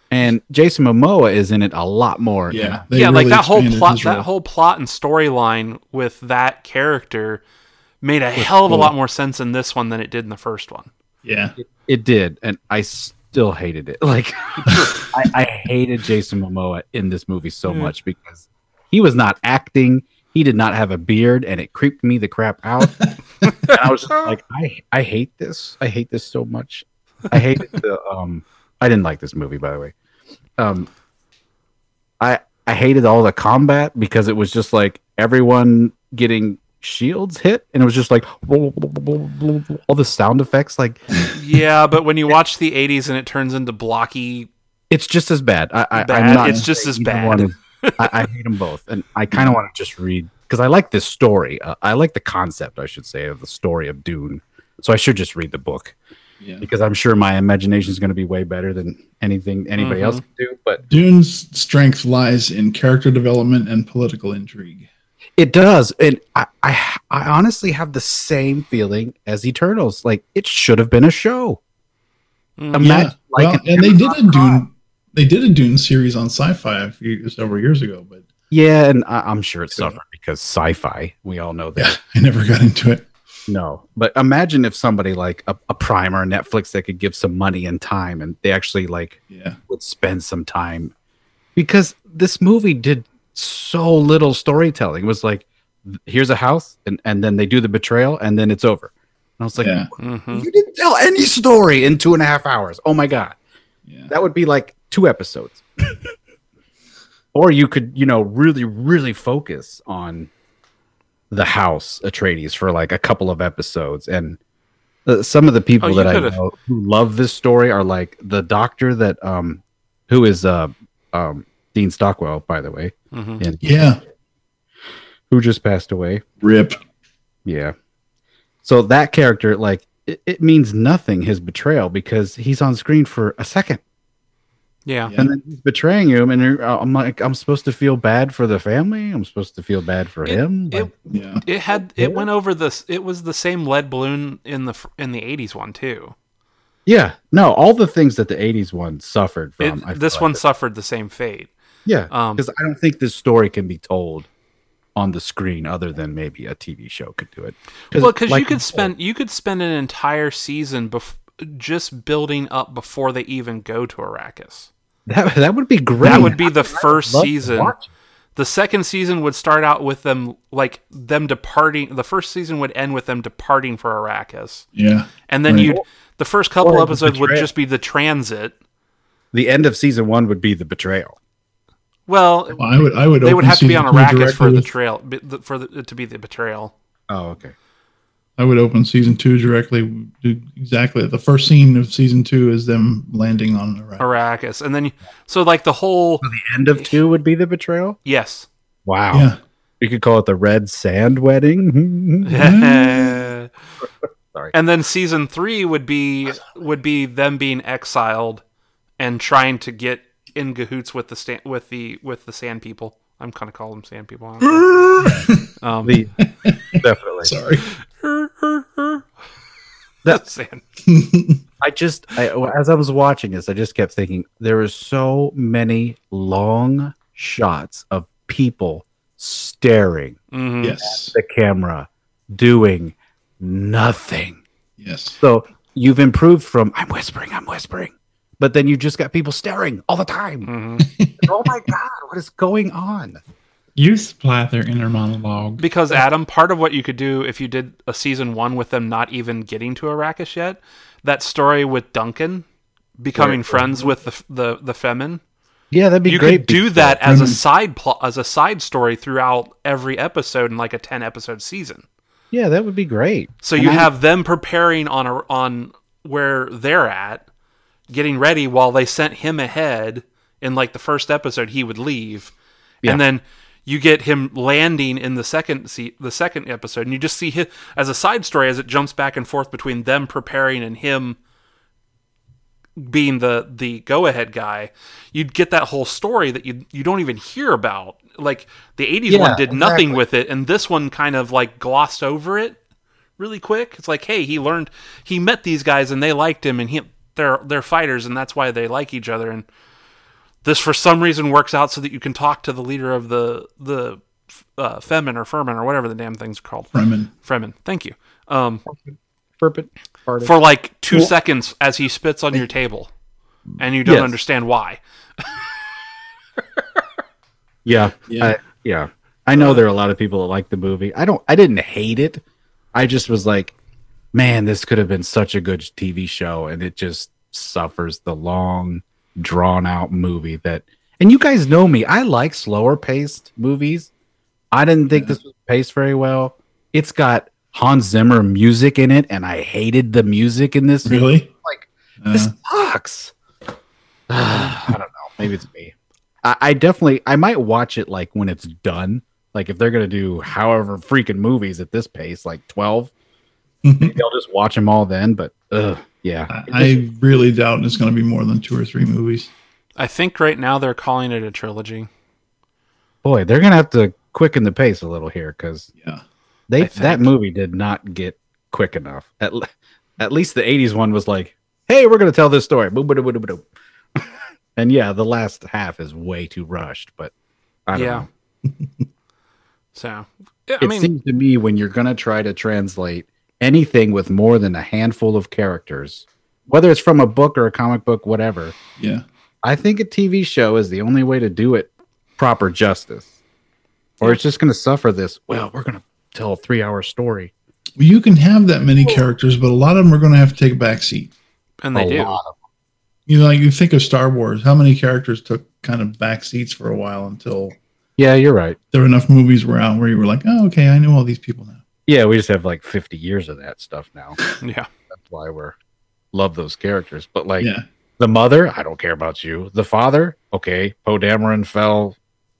and Jason Momoa is in it a lot more. yeah, they yeah like really that whole expanded plot his that role. whole plot and storyline with that character made a hell of a cool. lot more sense in this one than it did in the first one. yeah, It did, and I still hated it. [LAUGHS] Like I, I hated Jason Momoa in this movie so much because he was not acting. He did not have a beard, and it creeped me the crap out. And I was just like, I I hate this. I hate this so much. I hated the [LAUGHS] um. I didn't like this movie, by the way. Um, I I hated all the combat because it was just like everyone getting shields hit, and it was just like all the sound effects, like. Yeah, but when you watch the 80s and it turns into blocky, It's just as bad. I, I, Bad. I'm not. It's just as either bad. one is- I, I hate them both, and I kind of want to just read because I like this story. Uh, I like the concept, I should say, of the story of Dune. So I should just read the book yeah. because I'm sure my imagination is going to be way better than anything anybody else Mm-hmm. can do. But Dune's strength lies in character development and political intrigue. it does, and I, I, I honestly have the same feeling as Eternals. Like it should have been a show. mm, Imagine, like, well, an and they did a Amazon Dune. Prime. They did a Dune series on Sci-Fi a few, several years ago, but Yeah, and I, I'm sure it suffered because sci-fi. We all know that. yeah, [LAUGHS] I never got into it. No, but imagine if somebody like a, a Prime or a Netflix that could give some money and time, and they actually like Yeah, would spend some time because this movie did so little storytelling. It was like, here's a house, and and then they do the betrayal, and then it's over. And I was like, yeah, hmm you didn't tell any story in two and a half hours. Oh my god, yeah. that would be like two episodes. or you could, you know, really, really focus on the house Atreides for like a couple of episodes. And uh, some of the people Oh, you that I could've- know who love this story are like the doctor that um who is uh um Dean Stockwell, by the way, Mhm. and Yeah. who just passed away. Rip. Yeah. So that character, like, it, it means nothing, his betrayal, because he's on screen for a second Yeah. Yeah. and then he's betraying him. And you're, I'm like, I'm supposed to feel bad for the family. I'm supposed to feel bad for him. Like, It Yeah. it had it went over this. It was the same lead balloon in the fr- in the eighties one too. yeah. No, all the things that the 80s one suffered It, from. I feel this like one that- suffered the same fate. Yeah, Um, because I don't think this story can be told on the screen other than maybe a TV show could do it. Well, because like you could said, spend you could spend an entire season bef- just building up before they even go to Arrakis. that that would be great. That would be the first love to season. watch it. The second season would start out with them like them departing. The first season would end with them departing for Arrakis, Yeah. and then Right. you'd the first couple Or the episodes would betrayal. just be the transit. the end of season one would be the betrayal. Well, Well, I would. I would. they would open have to be season on two Arrakis for directly the with- trail be- the- for the, it to be the betrayal. Oh, okay. I would open season two directly. do- Exactly. The first scene of season two is them landing on the right. Arrakis, and then you- so like the whole The end of two would be the betrayal. yes. Wow, Yeah. you could call it the red sand [LAUGHS] wedding. [LAUGHS] Mm. and Sorry. then season three would be would be them being exiled and trying to get in cahoots with the sta- with the with the sand people. I'm kind of calling them sand people. I don't know. um, the, definitely. Sorry. [LAUGHS] that's [LAUGHS] sand. I just, I, as I was watching this, I just kept thinking there are so many long shots of people staring Mhm. Yes. the camera doing nothing. Yes. So you've improved from I'm whispering, I'm whispering, but then you just got people staring all the time. Mhm. [LAUGHS] oh my god, what is going on? You supply their inner monologue. Because Adam, part of what you could do if you did a season one with them not even getting to Arrakis yet, that story with Duncan becoming friends with the the the Femin. Yeah, that'd be you great. could do because- Mm-hmm. that as a side plot as a side story throughout every episode in like a 10 episode season Yeah, that would be great. so you have them preparing on a, on where they're at getting ready while they sent him ahead in like the first episode he would leave Yeah. and then you get him landing in the second se- the second episode and you just see him as a side story as it jumps back and forth between them preparing and him being the the go ahead guy, you'd get that whole story that you you don't even hear about. Like the '80s one Yeah, did nothing with it, and this one kind of like glossed over it really quick. It's like, hey, he learned he met these guys and they liked him, and he they're they're fighters, and that's why they like each other. And this for some reason works out so that you can talk to the leader of the the uh, Femin or Furman or whatever the damn things are called. Fremen. Fremen, thank you. Um, Burpit, farted. for like two seconds as he spits on your table, and you don't Yes. understand why. Yeah, Yeah. I, yeah. I know there are a lot of people that like the movie. I don't. I didn't hate it. I just was like, man, this could have been such a good TV show, and it just suffers the long, drawn out movie that. And you guys know me. I like slower paced movies. I didn't think this was paced very well. It's got Hans Zimmer music in it, and I hated the music in this. Really? Like Uh, this sucks. [SIGHS] I don't know. Maybe it's me. I, I definitely. I might watch it like when it's done. Like if they're gonna do however freaking movies at this pace, like twelve, maybe I'll just watch them all then. But ugh, yeah, Mm-hmm. I I really doubt it's going to be more than two or three movies. I think right now they're calling it a trilogy. boy, they're gonna have to quicken the pace a little here because Yeah. they I think- that movie did not get quick enough. At le- at least the '80s one was like, hey, we're gonna tell this story. Boom, boom, boom, boom, boom. [LAUGHS] and yeah, the last half is way too rushed. But I don't Yeah. know. [LAUGHS] So yeah, I it mean, seems to me when you're going to try to translate anything with more than a handful of characters, whether it's from a book or a comic book, whatever, Yeah. I think a TV show is the only way to do it proper justice. Or it's just going to suffer this. Well, we're going to tell a three hour story. Well, you can have that many characters, but a lot of them are going to have to take a backseat. and they a do. lot of- You know, like you think of Star Wars, how many characters took kind of backseats for a while until yeah, you're right. there were enough movies were out where you were like, oh, okay, I know all these people now. Yeah, we just have like 50 years of that stuff now. [LAUGHS] Yeah, That's why we're love those characters. But like, Yeah. The mother, I don't care about you. The father, okay, Poe Dameron fell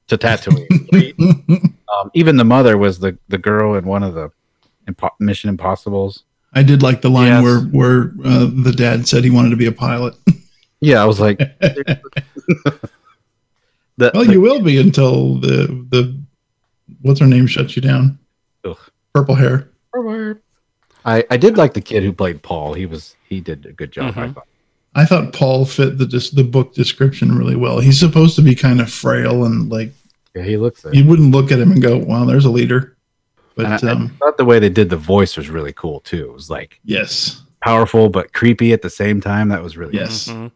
to Tatooine. um, even the mother was the the girl in one of the Impo- Mission Impossible's. [LAUGHS] I did like the line Yes. where where uh, the dad said he wanted to be a pilot. Yeah, I was like, [LAUGHS] the, well, the- you will be until the the what's her name shuts you down. Ugh. Purple hair. I I did like the kid who played Paul. He was he did a good job. I Mhm. thought. I thought Paul fit the dis- the book description really well. He's supposed to be kind of frail and like Yeah, he looks. It. you wouldn't look at him and go, "Wow, there's a leader." And I, But I um, thought the way they did the voice was really cool too. It was like yes, powerful but creepy at the same time. That was really yes, Mhm.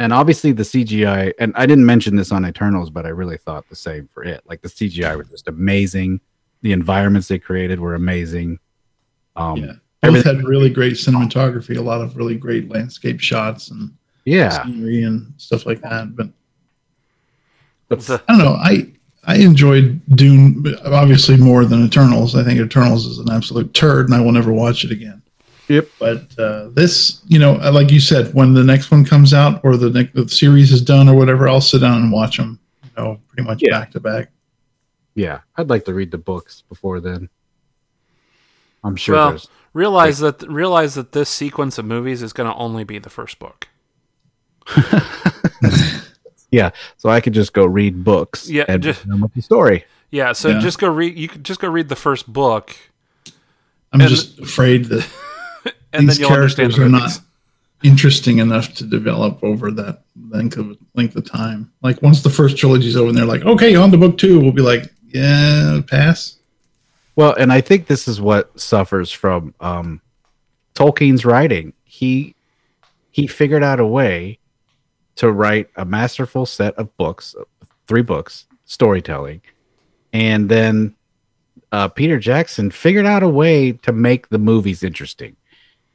and obviously the CGI, and I didn't mention this on Eternals, but I really thought the same for it. Like the CGI was just amazing. The environments they created were amazing. Um, yeah. yeah, Both everything- had really great cinematography, a lot of really great landscape shots and scenery and stuff like that. But That's- The- I don't know. I I enjoyed Dune but obviously more than Eternals. I think Eternals is an absolute turd, and I will never watch it again. Yep. But uh, this, you know, uh, like you said, when the next one comes out or the next the series is done or whatever, I'll sit down and watch them. You know, pretty much Yeah. back to back. yeah. I'd like to read the books before then. I'm sure Well, there's Realize that realize that this sequence of movies is going to only be the first book. yeah. So I could just go read books. Yeah, and just- just, with the story. Yeah, so Yeah. just go read. You could just go read the first book, I'm And- just afraid that [LAUGHS] and These then you'll understand the characters are not- movies. interesting enough to develop over that length of length of time. Like once the first trilogy's over, and they're like, okay, on to book two, we'll be like, yeah, pass. Well, and I think this is what suffers from um, Tolkien's writing. He he figured out a way to write a masterful set of books, three books, storytelling, and then uh, Peter Jackson figured out a way to make the movies interesting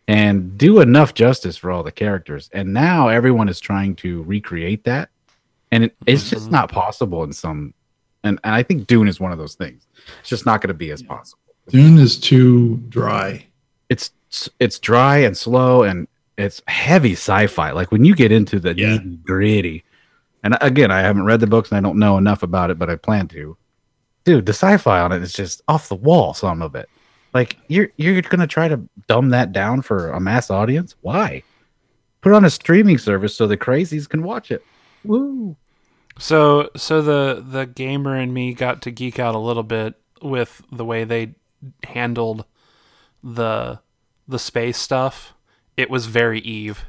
and do enough justice for all the characters. And now everyone is trying to recreate that, and it, it's just not possible in some. And, and I think Dune is one of those things. It's just not going to be as possible. Dune is too dry. It's it's dry and slow and it's heavy sci-fi. Like when you get into the Yeah. nitty gritty, and again, I haven't read the books and I don't know enough about it, but I plan to. Dude, the sci-fi on it is just off the wall. Some of it, like you're you're gonna try to dumb that down for a mass audience? Why? Put it on a streaming service so the crazies can watch it. Woo! So so the the gamer in me got to geek out a little bit with the way they handled the the space stuff. It was very Eve.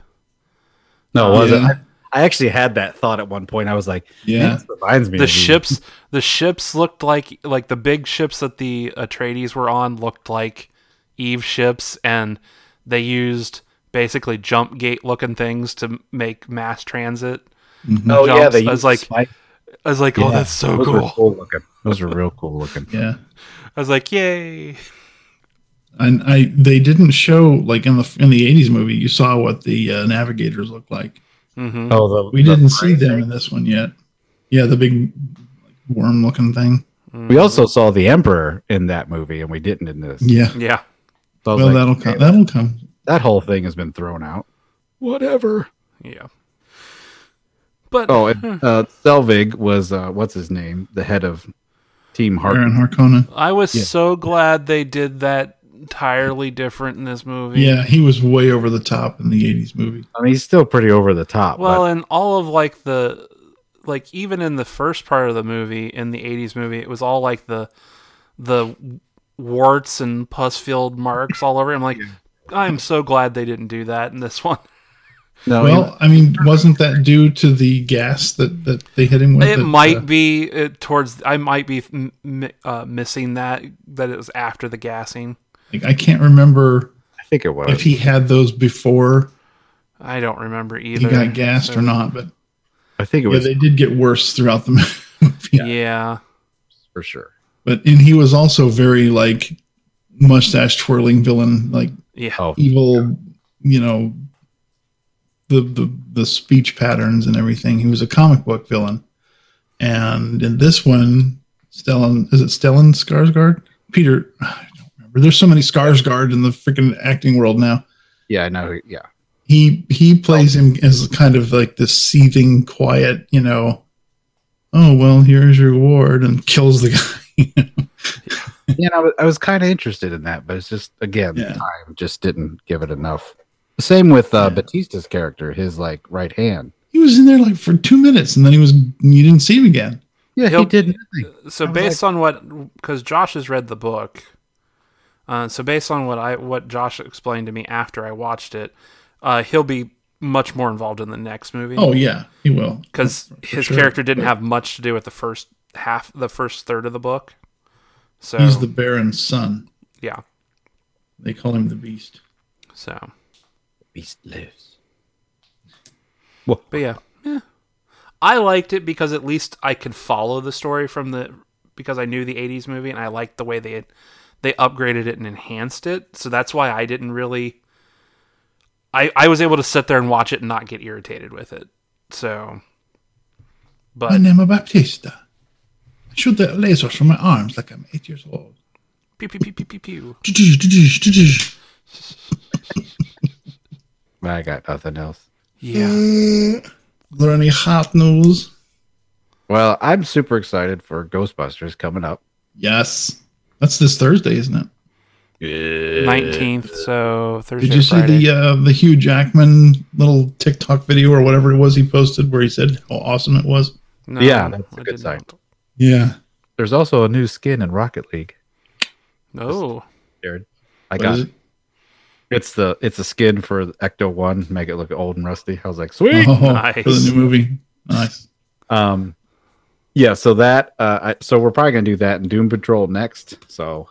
No, Yeah. it wasn't. I, I actually had that thought at one point. I was like, Yeah. this reminds me The of Eve. ships the ships looked like like the big ships that the Atreides were on looked like Eve ships and they used basically jump gate looking things to make mass transit. Oh yeah, jumps. they I was used like, spikes. I was like, "Oh, that's so Those cool." Were cool looking. Those were real cool looking. Yeah. I was like, "Yay." And I they didn't show like in the in the 80s movie you saw what the uh, navigators looked like. Mhm. Oh, the, We didn't see them in this one yet. Yeah, the big worm looking thing. We also saw the Emperor in that movie, and we didn't in this. Yeah. Yeah. So I was Well, like, that'll come. That'll come. that whole thing has been thrown out. Whatever. Yeah. But Oh, and, uh, Selvig was uh, what's his name, the head of Team Heart. Aaron Harkonnen. I was so glad they did that entirely different in this movie. Yeah, he was way over the top in the 80s movie. I mean, he's still pretty over the top. Well, Well, and all of like the like even in the first part of the movie in the 80s movie, it was all like the the warts and pus filled marks all over. it. I'm like I'm so glad they didn't do that in this [LAUGHS] one. no, Well, I mean, wasn't that due to the gas that that they hit him with? It that, might uh, be it, towards I might be m- m- uh, missing that that it was after the gassing. like, I can't remember I think it was. if he had those before I don't remember either. he got gassed or not, but I think it yeah, was they did get worse throughout the [LAUGHS] movie. yeah. for sure. But and he was also very like mustache twirling villain, like Yeah. Oh, evil, you know, the the the speech patterns and everything. He was a comic book villain, and in this one, Stellan is it Stellan Skarsgård? Peter, [SIGHS] I don't remember. There's so many Skarsgård in the freaking acting world now. yeah, I know. Yeah, he he plays him as kind of like this seething, quiet, you know. Oh well, here's your reward, and kills the [LAUGHS] guy. Yeah, I was, I was kind of interested in that, but it's just again, Yeah. time just didn't give it enough. Same with uh, Yeah. Batista's character, his like right hand. he was in there like for two minutes, and then he was you didn't see him again. Yeah, He'll- he did nothing. So based on what, because Josh has read the book, uh, so based on what I what Josh explained to me after I watched it, uh, he'll be much more involved in the next movie Oh yeah, he will. because his sure. character didn't have much to do with the first half, the first third of the book. So He's the Baron's son. yeah, They call him the Beast. so Beast lives. but yeah, yeah, I liked it because at least I could follow the story from the because I knew the '80s movie and I liked the way they they upgraded it and enhanced it. So that's why I didn't really. I, I was able to sit there and watch it and not get irritated with it. So, but name Baptista. I shoot the lasers from my arms like I'm eight years old. pew pew pew pew pew pew. I got nothing else. Yeah, There any hot news? Well, I'm super excited for Ghostbusters coming up. Yes. That's this Thursday, isn't it? nineteenth. So Thursday. Did you see Friday. the uh, the Hugh Jackman little TikTok video or whatever it was he posted where he said how awesome it was? No, Yeah, that's a I good did sign. not. Yeah. There's also a new skin in Rocket League, Oh, Jared. I What got is it. it? it's the it's a skin for Ecto One, make it look old and rusty. I was like, sweet. Oh, Nice. for the new movie. Nice. Um, yeah. So that uh, I, so we're probably gonna do that in Doom Patrol next. So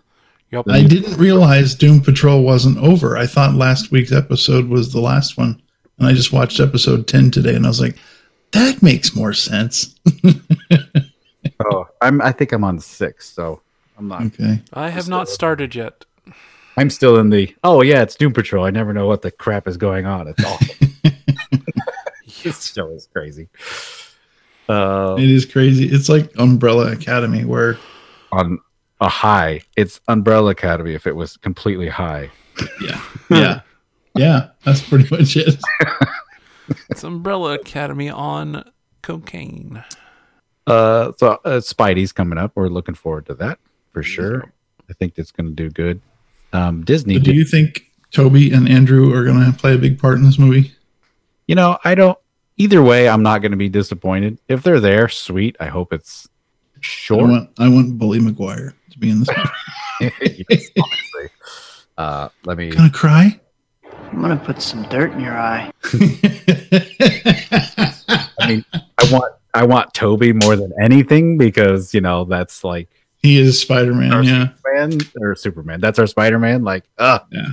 yep. I didn't realize Doom Patrol wasn't over. I thought last week's episode was the last one, and I just watched episode ten today, and I was like, "That makes more sense." oh, I'm I think I'm on six. So I'm not. Okay, I have not started yet. [LAUGHS] I'm still in the oh yeah, it's Doom Patrol. I never know what the crap is going on. It's awful. [LAUGHS] this show is crazy. Uh, it is crazy. It's like Umbrella Academy, where on a high, it's Umbrella Academy. If it was completely high, yeah, yeah, [LAUGHS] yeah. That's pretty much it. It's Umbrella Academy on cocaine. uh, so uh, Spidey's coming up. We're looking forward to that for sure. I think it's going to do good. Um, Disney, Do did- you think Toby and Andrew are going to play a big part in this movie? you know, I don't. Either way, I'm not going to be disappointed. If they're there, sweet. I hope it's I short. want, I want Bully McGuire to be in this. Movie. [LAUGHS] Yes, honestly. Uh, let me. Gonna cry. I'm gonna put some dirt in your eye. I mean, I want I want Toby more than anything because you know that's like he is Spider Man. Yeah, man or Superman. That's our Spider Man. Like, uh, Yeah.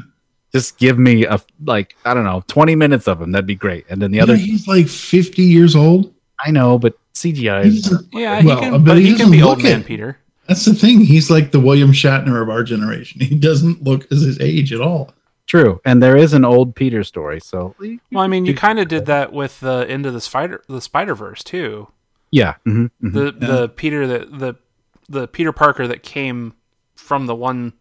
just give me a like I don't know twenty minutes of him. That'd be great. And then the You know, other, he's like fifty years old. I know, but CGI He is doesn't Yeah, he Well, can, but but, he he can doesn't be look old man it. Peter. That's the thing. He's like the William Shatner of our generation. He doesn't look as his age at all. true. And there is an old Peter story. So Well, I mean, you kind of did that with the end of the spider the Spider Verse too. yeah, mhm, mhm. The the Peter that the the Peter Parker that came from the one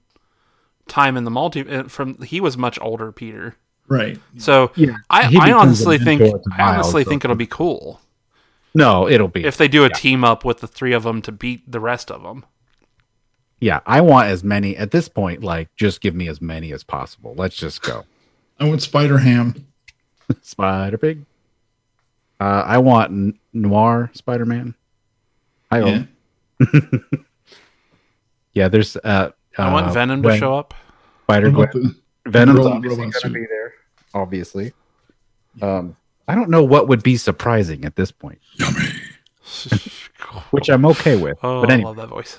time in the multi uh, from he was much older Peter. Right. So Yeah, I, he I becomes honestly a think mentor to I honestly Miles, think so- it'll be cool no, it'll be if they do a team up with the three of them to beat the rest of them. yeah. I want as many at this point. Like, just give me as many as possible. Let's just go. I want Spider Ham. Spider Pig. Uh, I want n- Noir Spider Man. I Yeah. yeah. yeah, there's uh, I want uh, Venom to Gwen- show up. Spider What Gwen. about the- Venom's Robot obviously going to suit. be there. Obviously. Um, I don't know what would be surprising at this point, [LAUGHS] which I'm okay with. oh, but I anyway, love that voice.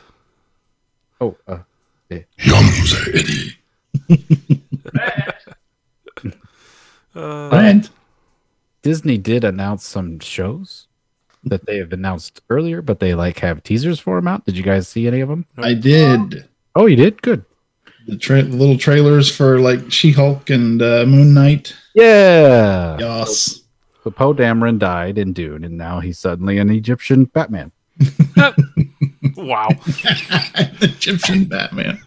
oh, uh, yeah. Uh, Brent. Disney did announce some shows that they have announced earlier, but they like have teasers for them out. Did you guys see any of them? I did Oh, you did. Good. the tra- little trailers for like She Hulk and uh, Moon Knight. Yeah. Yes. So Poe Dameron died in Dune, and now he's suddenly an Egyptian Batman. [LAUGHS] wow, [LAUGHS] Egyptian Batman.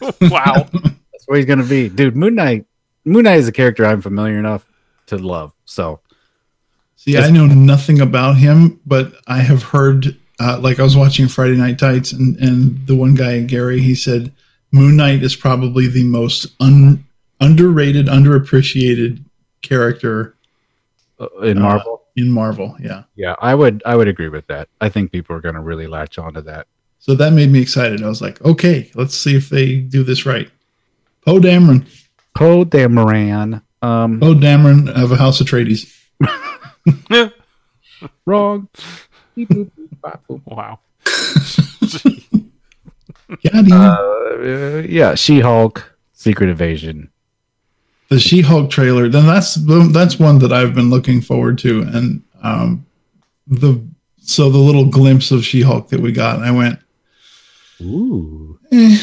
wow. That's what he's gonna be, dude. Moon Knight. Moon Knight is a character I'm familiar enough to love. So See, I know nothing about him, but I have heard. Uh, like I was watching Friday Night Tights, and and the one guy, Gary, he said Moon Knight is probably the most un- underrated, underappreciated character uh, in Uh, Marvel, in Marvel. Yeah, yeah, I would I would agree with that. I think people are going to really latch onto that. so that made me excited. I was like, okay, let's see if they do this right. Poe Dameron, Poe Dameron. Um, Poe Dameron of a House of Trades. Yeah. [LAUGHS] wrong. Wow. Yeah, dude. Uh, yeah, She Hulk, Secret Invasion. the She-Hulk trailer, then that's that's one that I've been looking forward to, and um, the so the little glimpse of She-Hulk that we got, I went, Ooh. eh,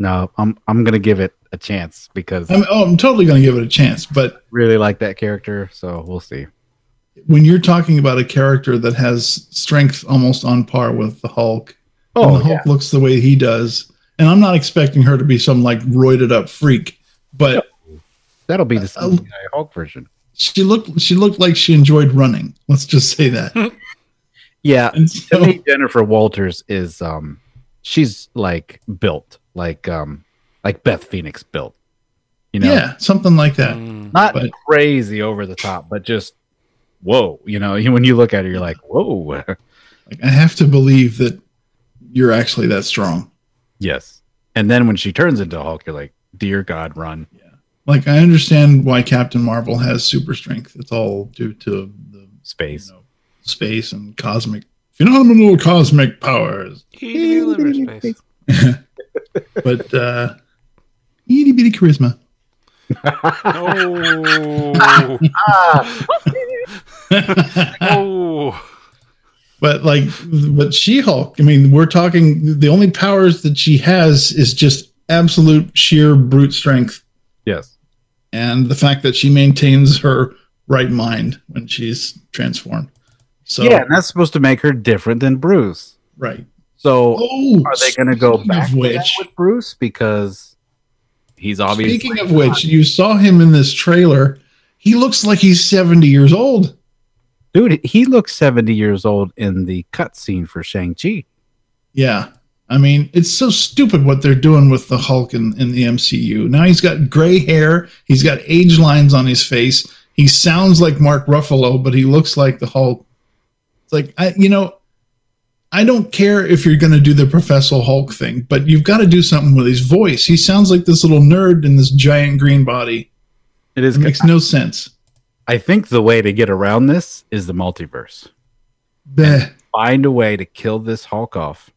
No, I'm I'm gonna give it a chance because I I'm, oh, I'm totally going to give it a chance. But really like that character. So we'll see. when you're talking about a character that has strength almost on par with the Hulk, Oh, and the Hulk looks the way he does, and I'm not expecting her to be some like roided up freak, but that'll be the CGI Hulk version. she looked she looked like she enjoyed running. Let's just say that. Yeah, And Hmm. to so- [LAUGHS] me, Jennifer Walters is um, she's like built like um, like Beth Phoenix built. You know, yeah, something like that. Mm. not But- crazy over the top, but just whoa. You know, [LAUGHS] when you look at her, you're like, whoa. [LAUGHS] Like, I have to believe that you're actually that strong. yes. And then when she turns into Hulk, you're like, dear God, run. Like, I understand why Captain Marvel has super strength. It's all due to the you Space. know, space and cosmic phenomenal cosmic powers. Easy delivery [LAUGHS] space. But uh, [LAUGHS] itty bitty charisma. [LAUGHS] Oh. [LAUGHS] oh. But like, but She Hulk. I mean, we're talking. The only powers that she has is just absolute sheer brute strength, Yes. and the fact that she maintains her right mind when she's transformed. So yeah, and that's supposed to make her different than Bruce. right. So Oh, are they going to go speaking of back to that which- with Bruce because he's obviously Speaking of which, you saw him in this trailer. He looks like he's 70 years old. dude? He looks seventy years old in the cutscene for Shang Chi. Yeah. I mean, it's so stupid what they're doing with the Hulk in, in the MCU. Now he's got gray hair, he's got age lines on his face. He sounds like Mark Ruffalo, but he looks like the Hulk. It's like I you know, I don't care if you're gonna do the Professor Hulk thing, but you've got to do something with his voice. He sounds like this little nerd in this giant green body. It is. It makes no sense. I think the way to get around this is the multiverse. Bleh. Find a way to kill this Hulk off.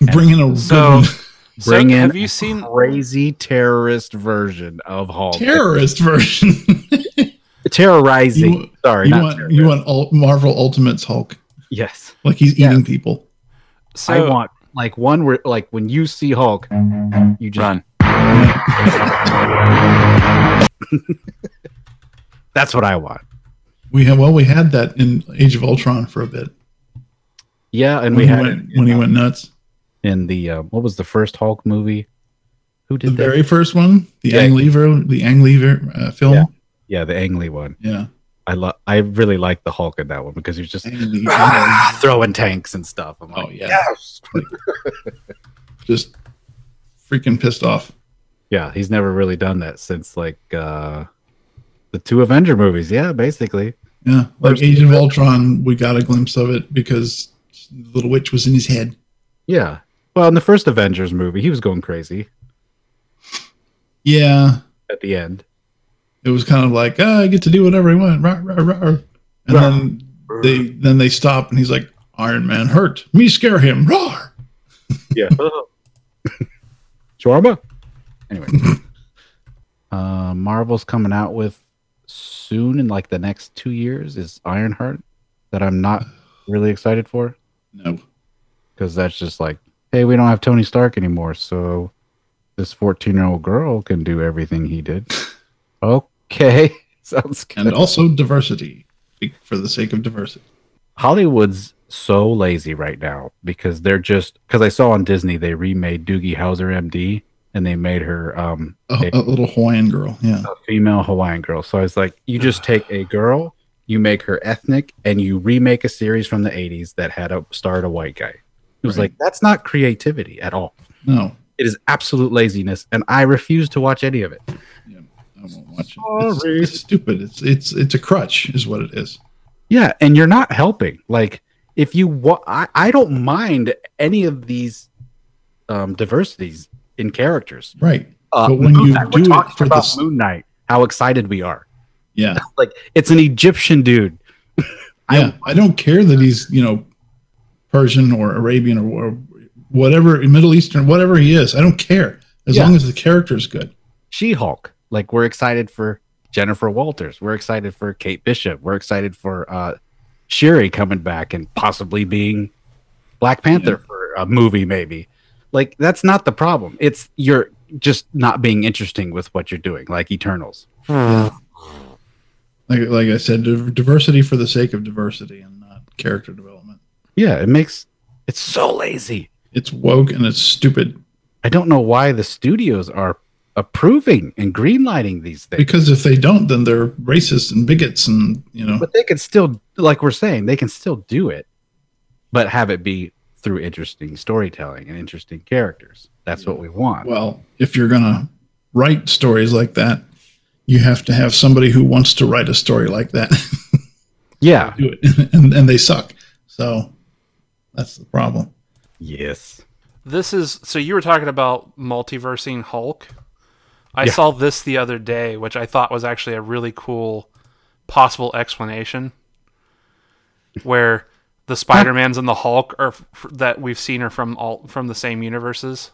Bring in a [LAUGHS] So- good- Bring so, in have you seen crazy terrorist version of Hulk. terrorist version. Terrorizing. You want- Sorry, you not want terrorist. you want Ult- Marvel Ultimates Hulk, yes. like he's Yeah. eating people. so I want like one where like when you see Hulk, you just Run. That's what I want. We had well, we had that in Age of Ultron for a bit Yeah, and when we he had it went in, when he uh, went nuts. in the uh, what was the first Hulk movie? Who The did that? very first one, the Yeah. Ang Lee ver- the Ang Lee ver- uh, film. Yeah, yeah, the Ang Lee one. I love. I really like the Hulk in that one because he was just Ang [LAUGHS] Lee. oh throwing tanks and stuff. I'm like, yeah, just freaking pissed off. yeah, he's never really done that since like uh, the two Avenger movies. Yeah, basically. Yeah, like First- Age of Ultron, we got a glimpse of it because the little witch was in his head. Yeah. Well, in the first Avengers movie, he was going crazy Yeah, at the end. it was kind of like oh, I get to do whatever I want, rah, rah, rah. and Rah. then they then they stop, and he's like, "Iron Man hurt me, scare him, roar." [LAUGHS] Yeah. Uh-huh. Shawarma. Anyway, [LAUGHS] uh, Marvel's coming out with soon in like the next two years is Ironheart that I'm not really excited for No, because that's just like, hey, we don't have Tony Stark anymore, so this 14 year old girl can do everything he did. [LAUGHS] okay, [LAUGHS] sounds good. and also diversity be- for the sake of diversity. Hollywood's so lazy right now because they're just because I saw on Disney they remade Doogie Howser MD and they made her um, A, a little Hawaiian girl. Yeah. a female Hawaiian girl. So I was like, you [SIGHS] just take a girl, you make her ethnic, and you remake a series from the 80s that had a starred a white guy. It was Right. like, that's not creativity at all. No, It is absolute laziness, and I refuse to watch any of it. I won't watch it. It's, it's stupid. It's it's it's a crutch, is what it is. Yeah, and you're not helping. Like, if you wa- I, I don't mind any of these um, diversities in characters. Right. Uh, But when Moon you Knight, do we're it talking for the about s- Moon Knight, how excited we are! Yeah. Like, it's an Egyptian dude. Yeah. I don't care that he's you know Persian or Arabian or, or whatever Middle Eastern, whatever he is. I don't care as Yeah. long as the character is good. She Hulk. Like we're excited for Jennifer Walters. We're excited for Kate Bishop. We're excited for uh Shiri coming back and possibly being Black Panther for a movie, maybe. Like that's not the problem. It's you're just not being interesting with what you're doing, like Eternals. Like like I said, div- diversity for the sake of diversity and not character development. Yeah, it makes it's so lazy. It's woke and it's stupid I don't know why the studios are approving and greenlighting these things. because if they don't, then they're racist and bigots and you know. but they can still like we're saying they can still do it but have it be through interesting storytelling and interesting characters that's what we want Well, if you're going to write stories like that, you have to have somebody who wants to write a story like that [LAUGHS] yeah do it, [LAUGHS] and, and they suck. So that's the problem. yes This is so you were talking about multiversing Hulk. I saw this the other day, which I thought was actually a really cool possible explanation, where the Spider Mans and the Hulk are f- that we've seen are from all from the same universes.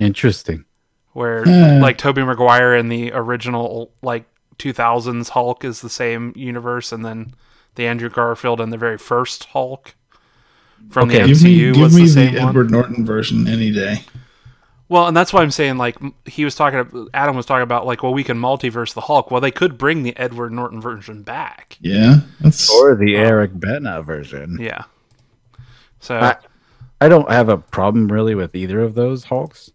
interesting Where Hmm. like Tobey Maguire and the original like 2000s Hulk is the same universe, and then the Andrew Garfield and the very first Hulk from Okay. the Give MCU me, give was me the the, same one. Edward Norton version any day. Well, and that's why I'm saying like m- he was talking. Adam was talking about like, well, we can multiverse the Hulk. Well, they could bring the Edward Norton version back. Yeah, that's or the eric bena version Yeah. So I, I don't have a problem really with either of those hulks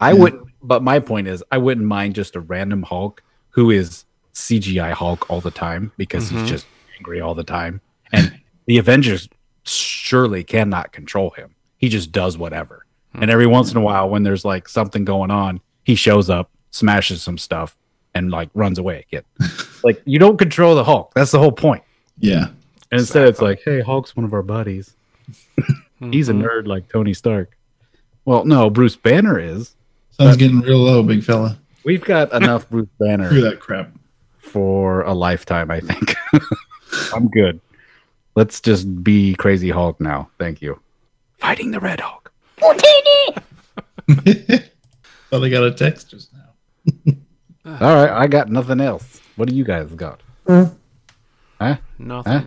i wouldn't but my point is i wouldn't mind just a random hulk who is cgi hulk all the time because he's just angry all the time and [LAUGHS] the avengers surely cannot control him he just does whatever and every once in a while when there's like something going on he shows up smashes some stuff and like runs away again like you don't control the hulk that's the whole point yeah. and instead, it's like, hey, Hulk's one of our buddies. He's a hmm. nerd like Tony Stark. Well, no, Bruce Banner is. Sun's getting real low, big fella. We've got [LAUGHS] enough Bruce Screw Banner that crap. for a lifetime, I think. [LAUGHS] I'm good. Let's just be Crazy Hulk now. Thank you. Fighting the Red Hulk. Thought I got a text just now. All right, I got nothing else. What do you guys got? Huh? nothing. Huh?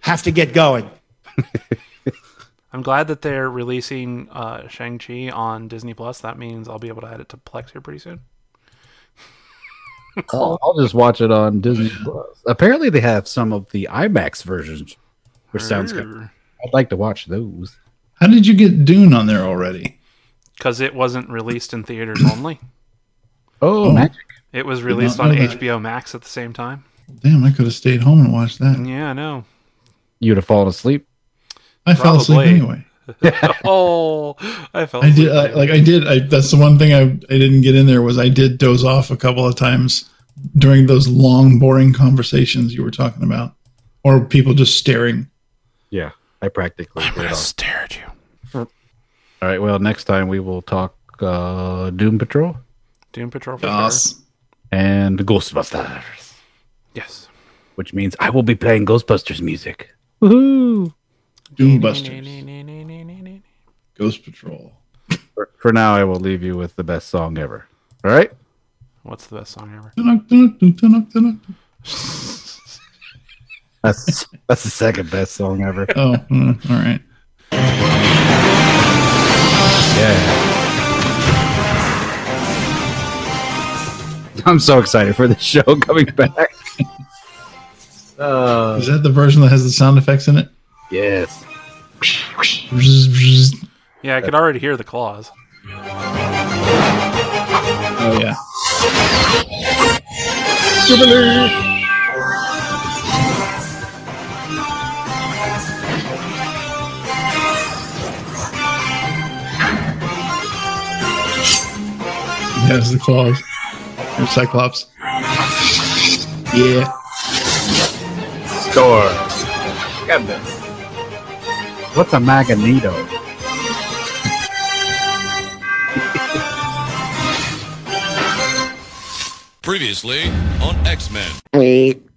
Have to get going. [LAUGHS] I'm glad that they're releasing uh, Shang Chi on Disney Plus. That means I'll be able to add it to Plex here pretty soon. I'll, I'll just watch it on Disney Plus. Apparently, they have some of the IMAX versions, which sounds good. I'd like to watch those. How did you get Dune on there already? Because it wasn't released in theaters only. Oh, Oh. magic. It was released know on that. HBO Max at the same time. Damn, I could have stayed home and watched that. Yeah, I know. You'd have fallen asleep. I fell asleep Probably. anyway. [LAUGHS] oh, I felt I did so I, bad. like I did. I, that's the one thing I, I didn't get in there was I did doze off a couple of times during those long, boring conversations you were talking about, or people just staring. Yeah, I practically did. I all- stare at you. All right. Well, next time we will talk uh, Doom Patrol Doom Patrol. for sure. Yes. and Ghostbusters, Yes. which means I will be playing Ghostbusters music. Doombusters, Ghost Patrol. For, for now, I will leave you with the best song ever. All right. What's the best song ever? [LAUGHS] Dun-dun, dun-dun, dun-dun, dun-dun. That's that's the second best song ever. Oh, mm, all right. [LAUGHS] Yeah. [LAUGHS] I'm so excited for the show [LAUGHS] coming back. Is that the version that has the sound effects in it? Yes. Bzzz, bzzz. Yeah, I could already hear the claws. Oh yeah. He has the claws. Or Cyclops. Yeah. Score. Got this. What's a magneto? Previously on X Men.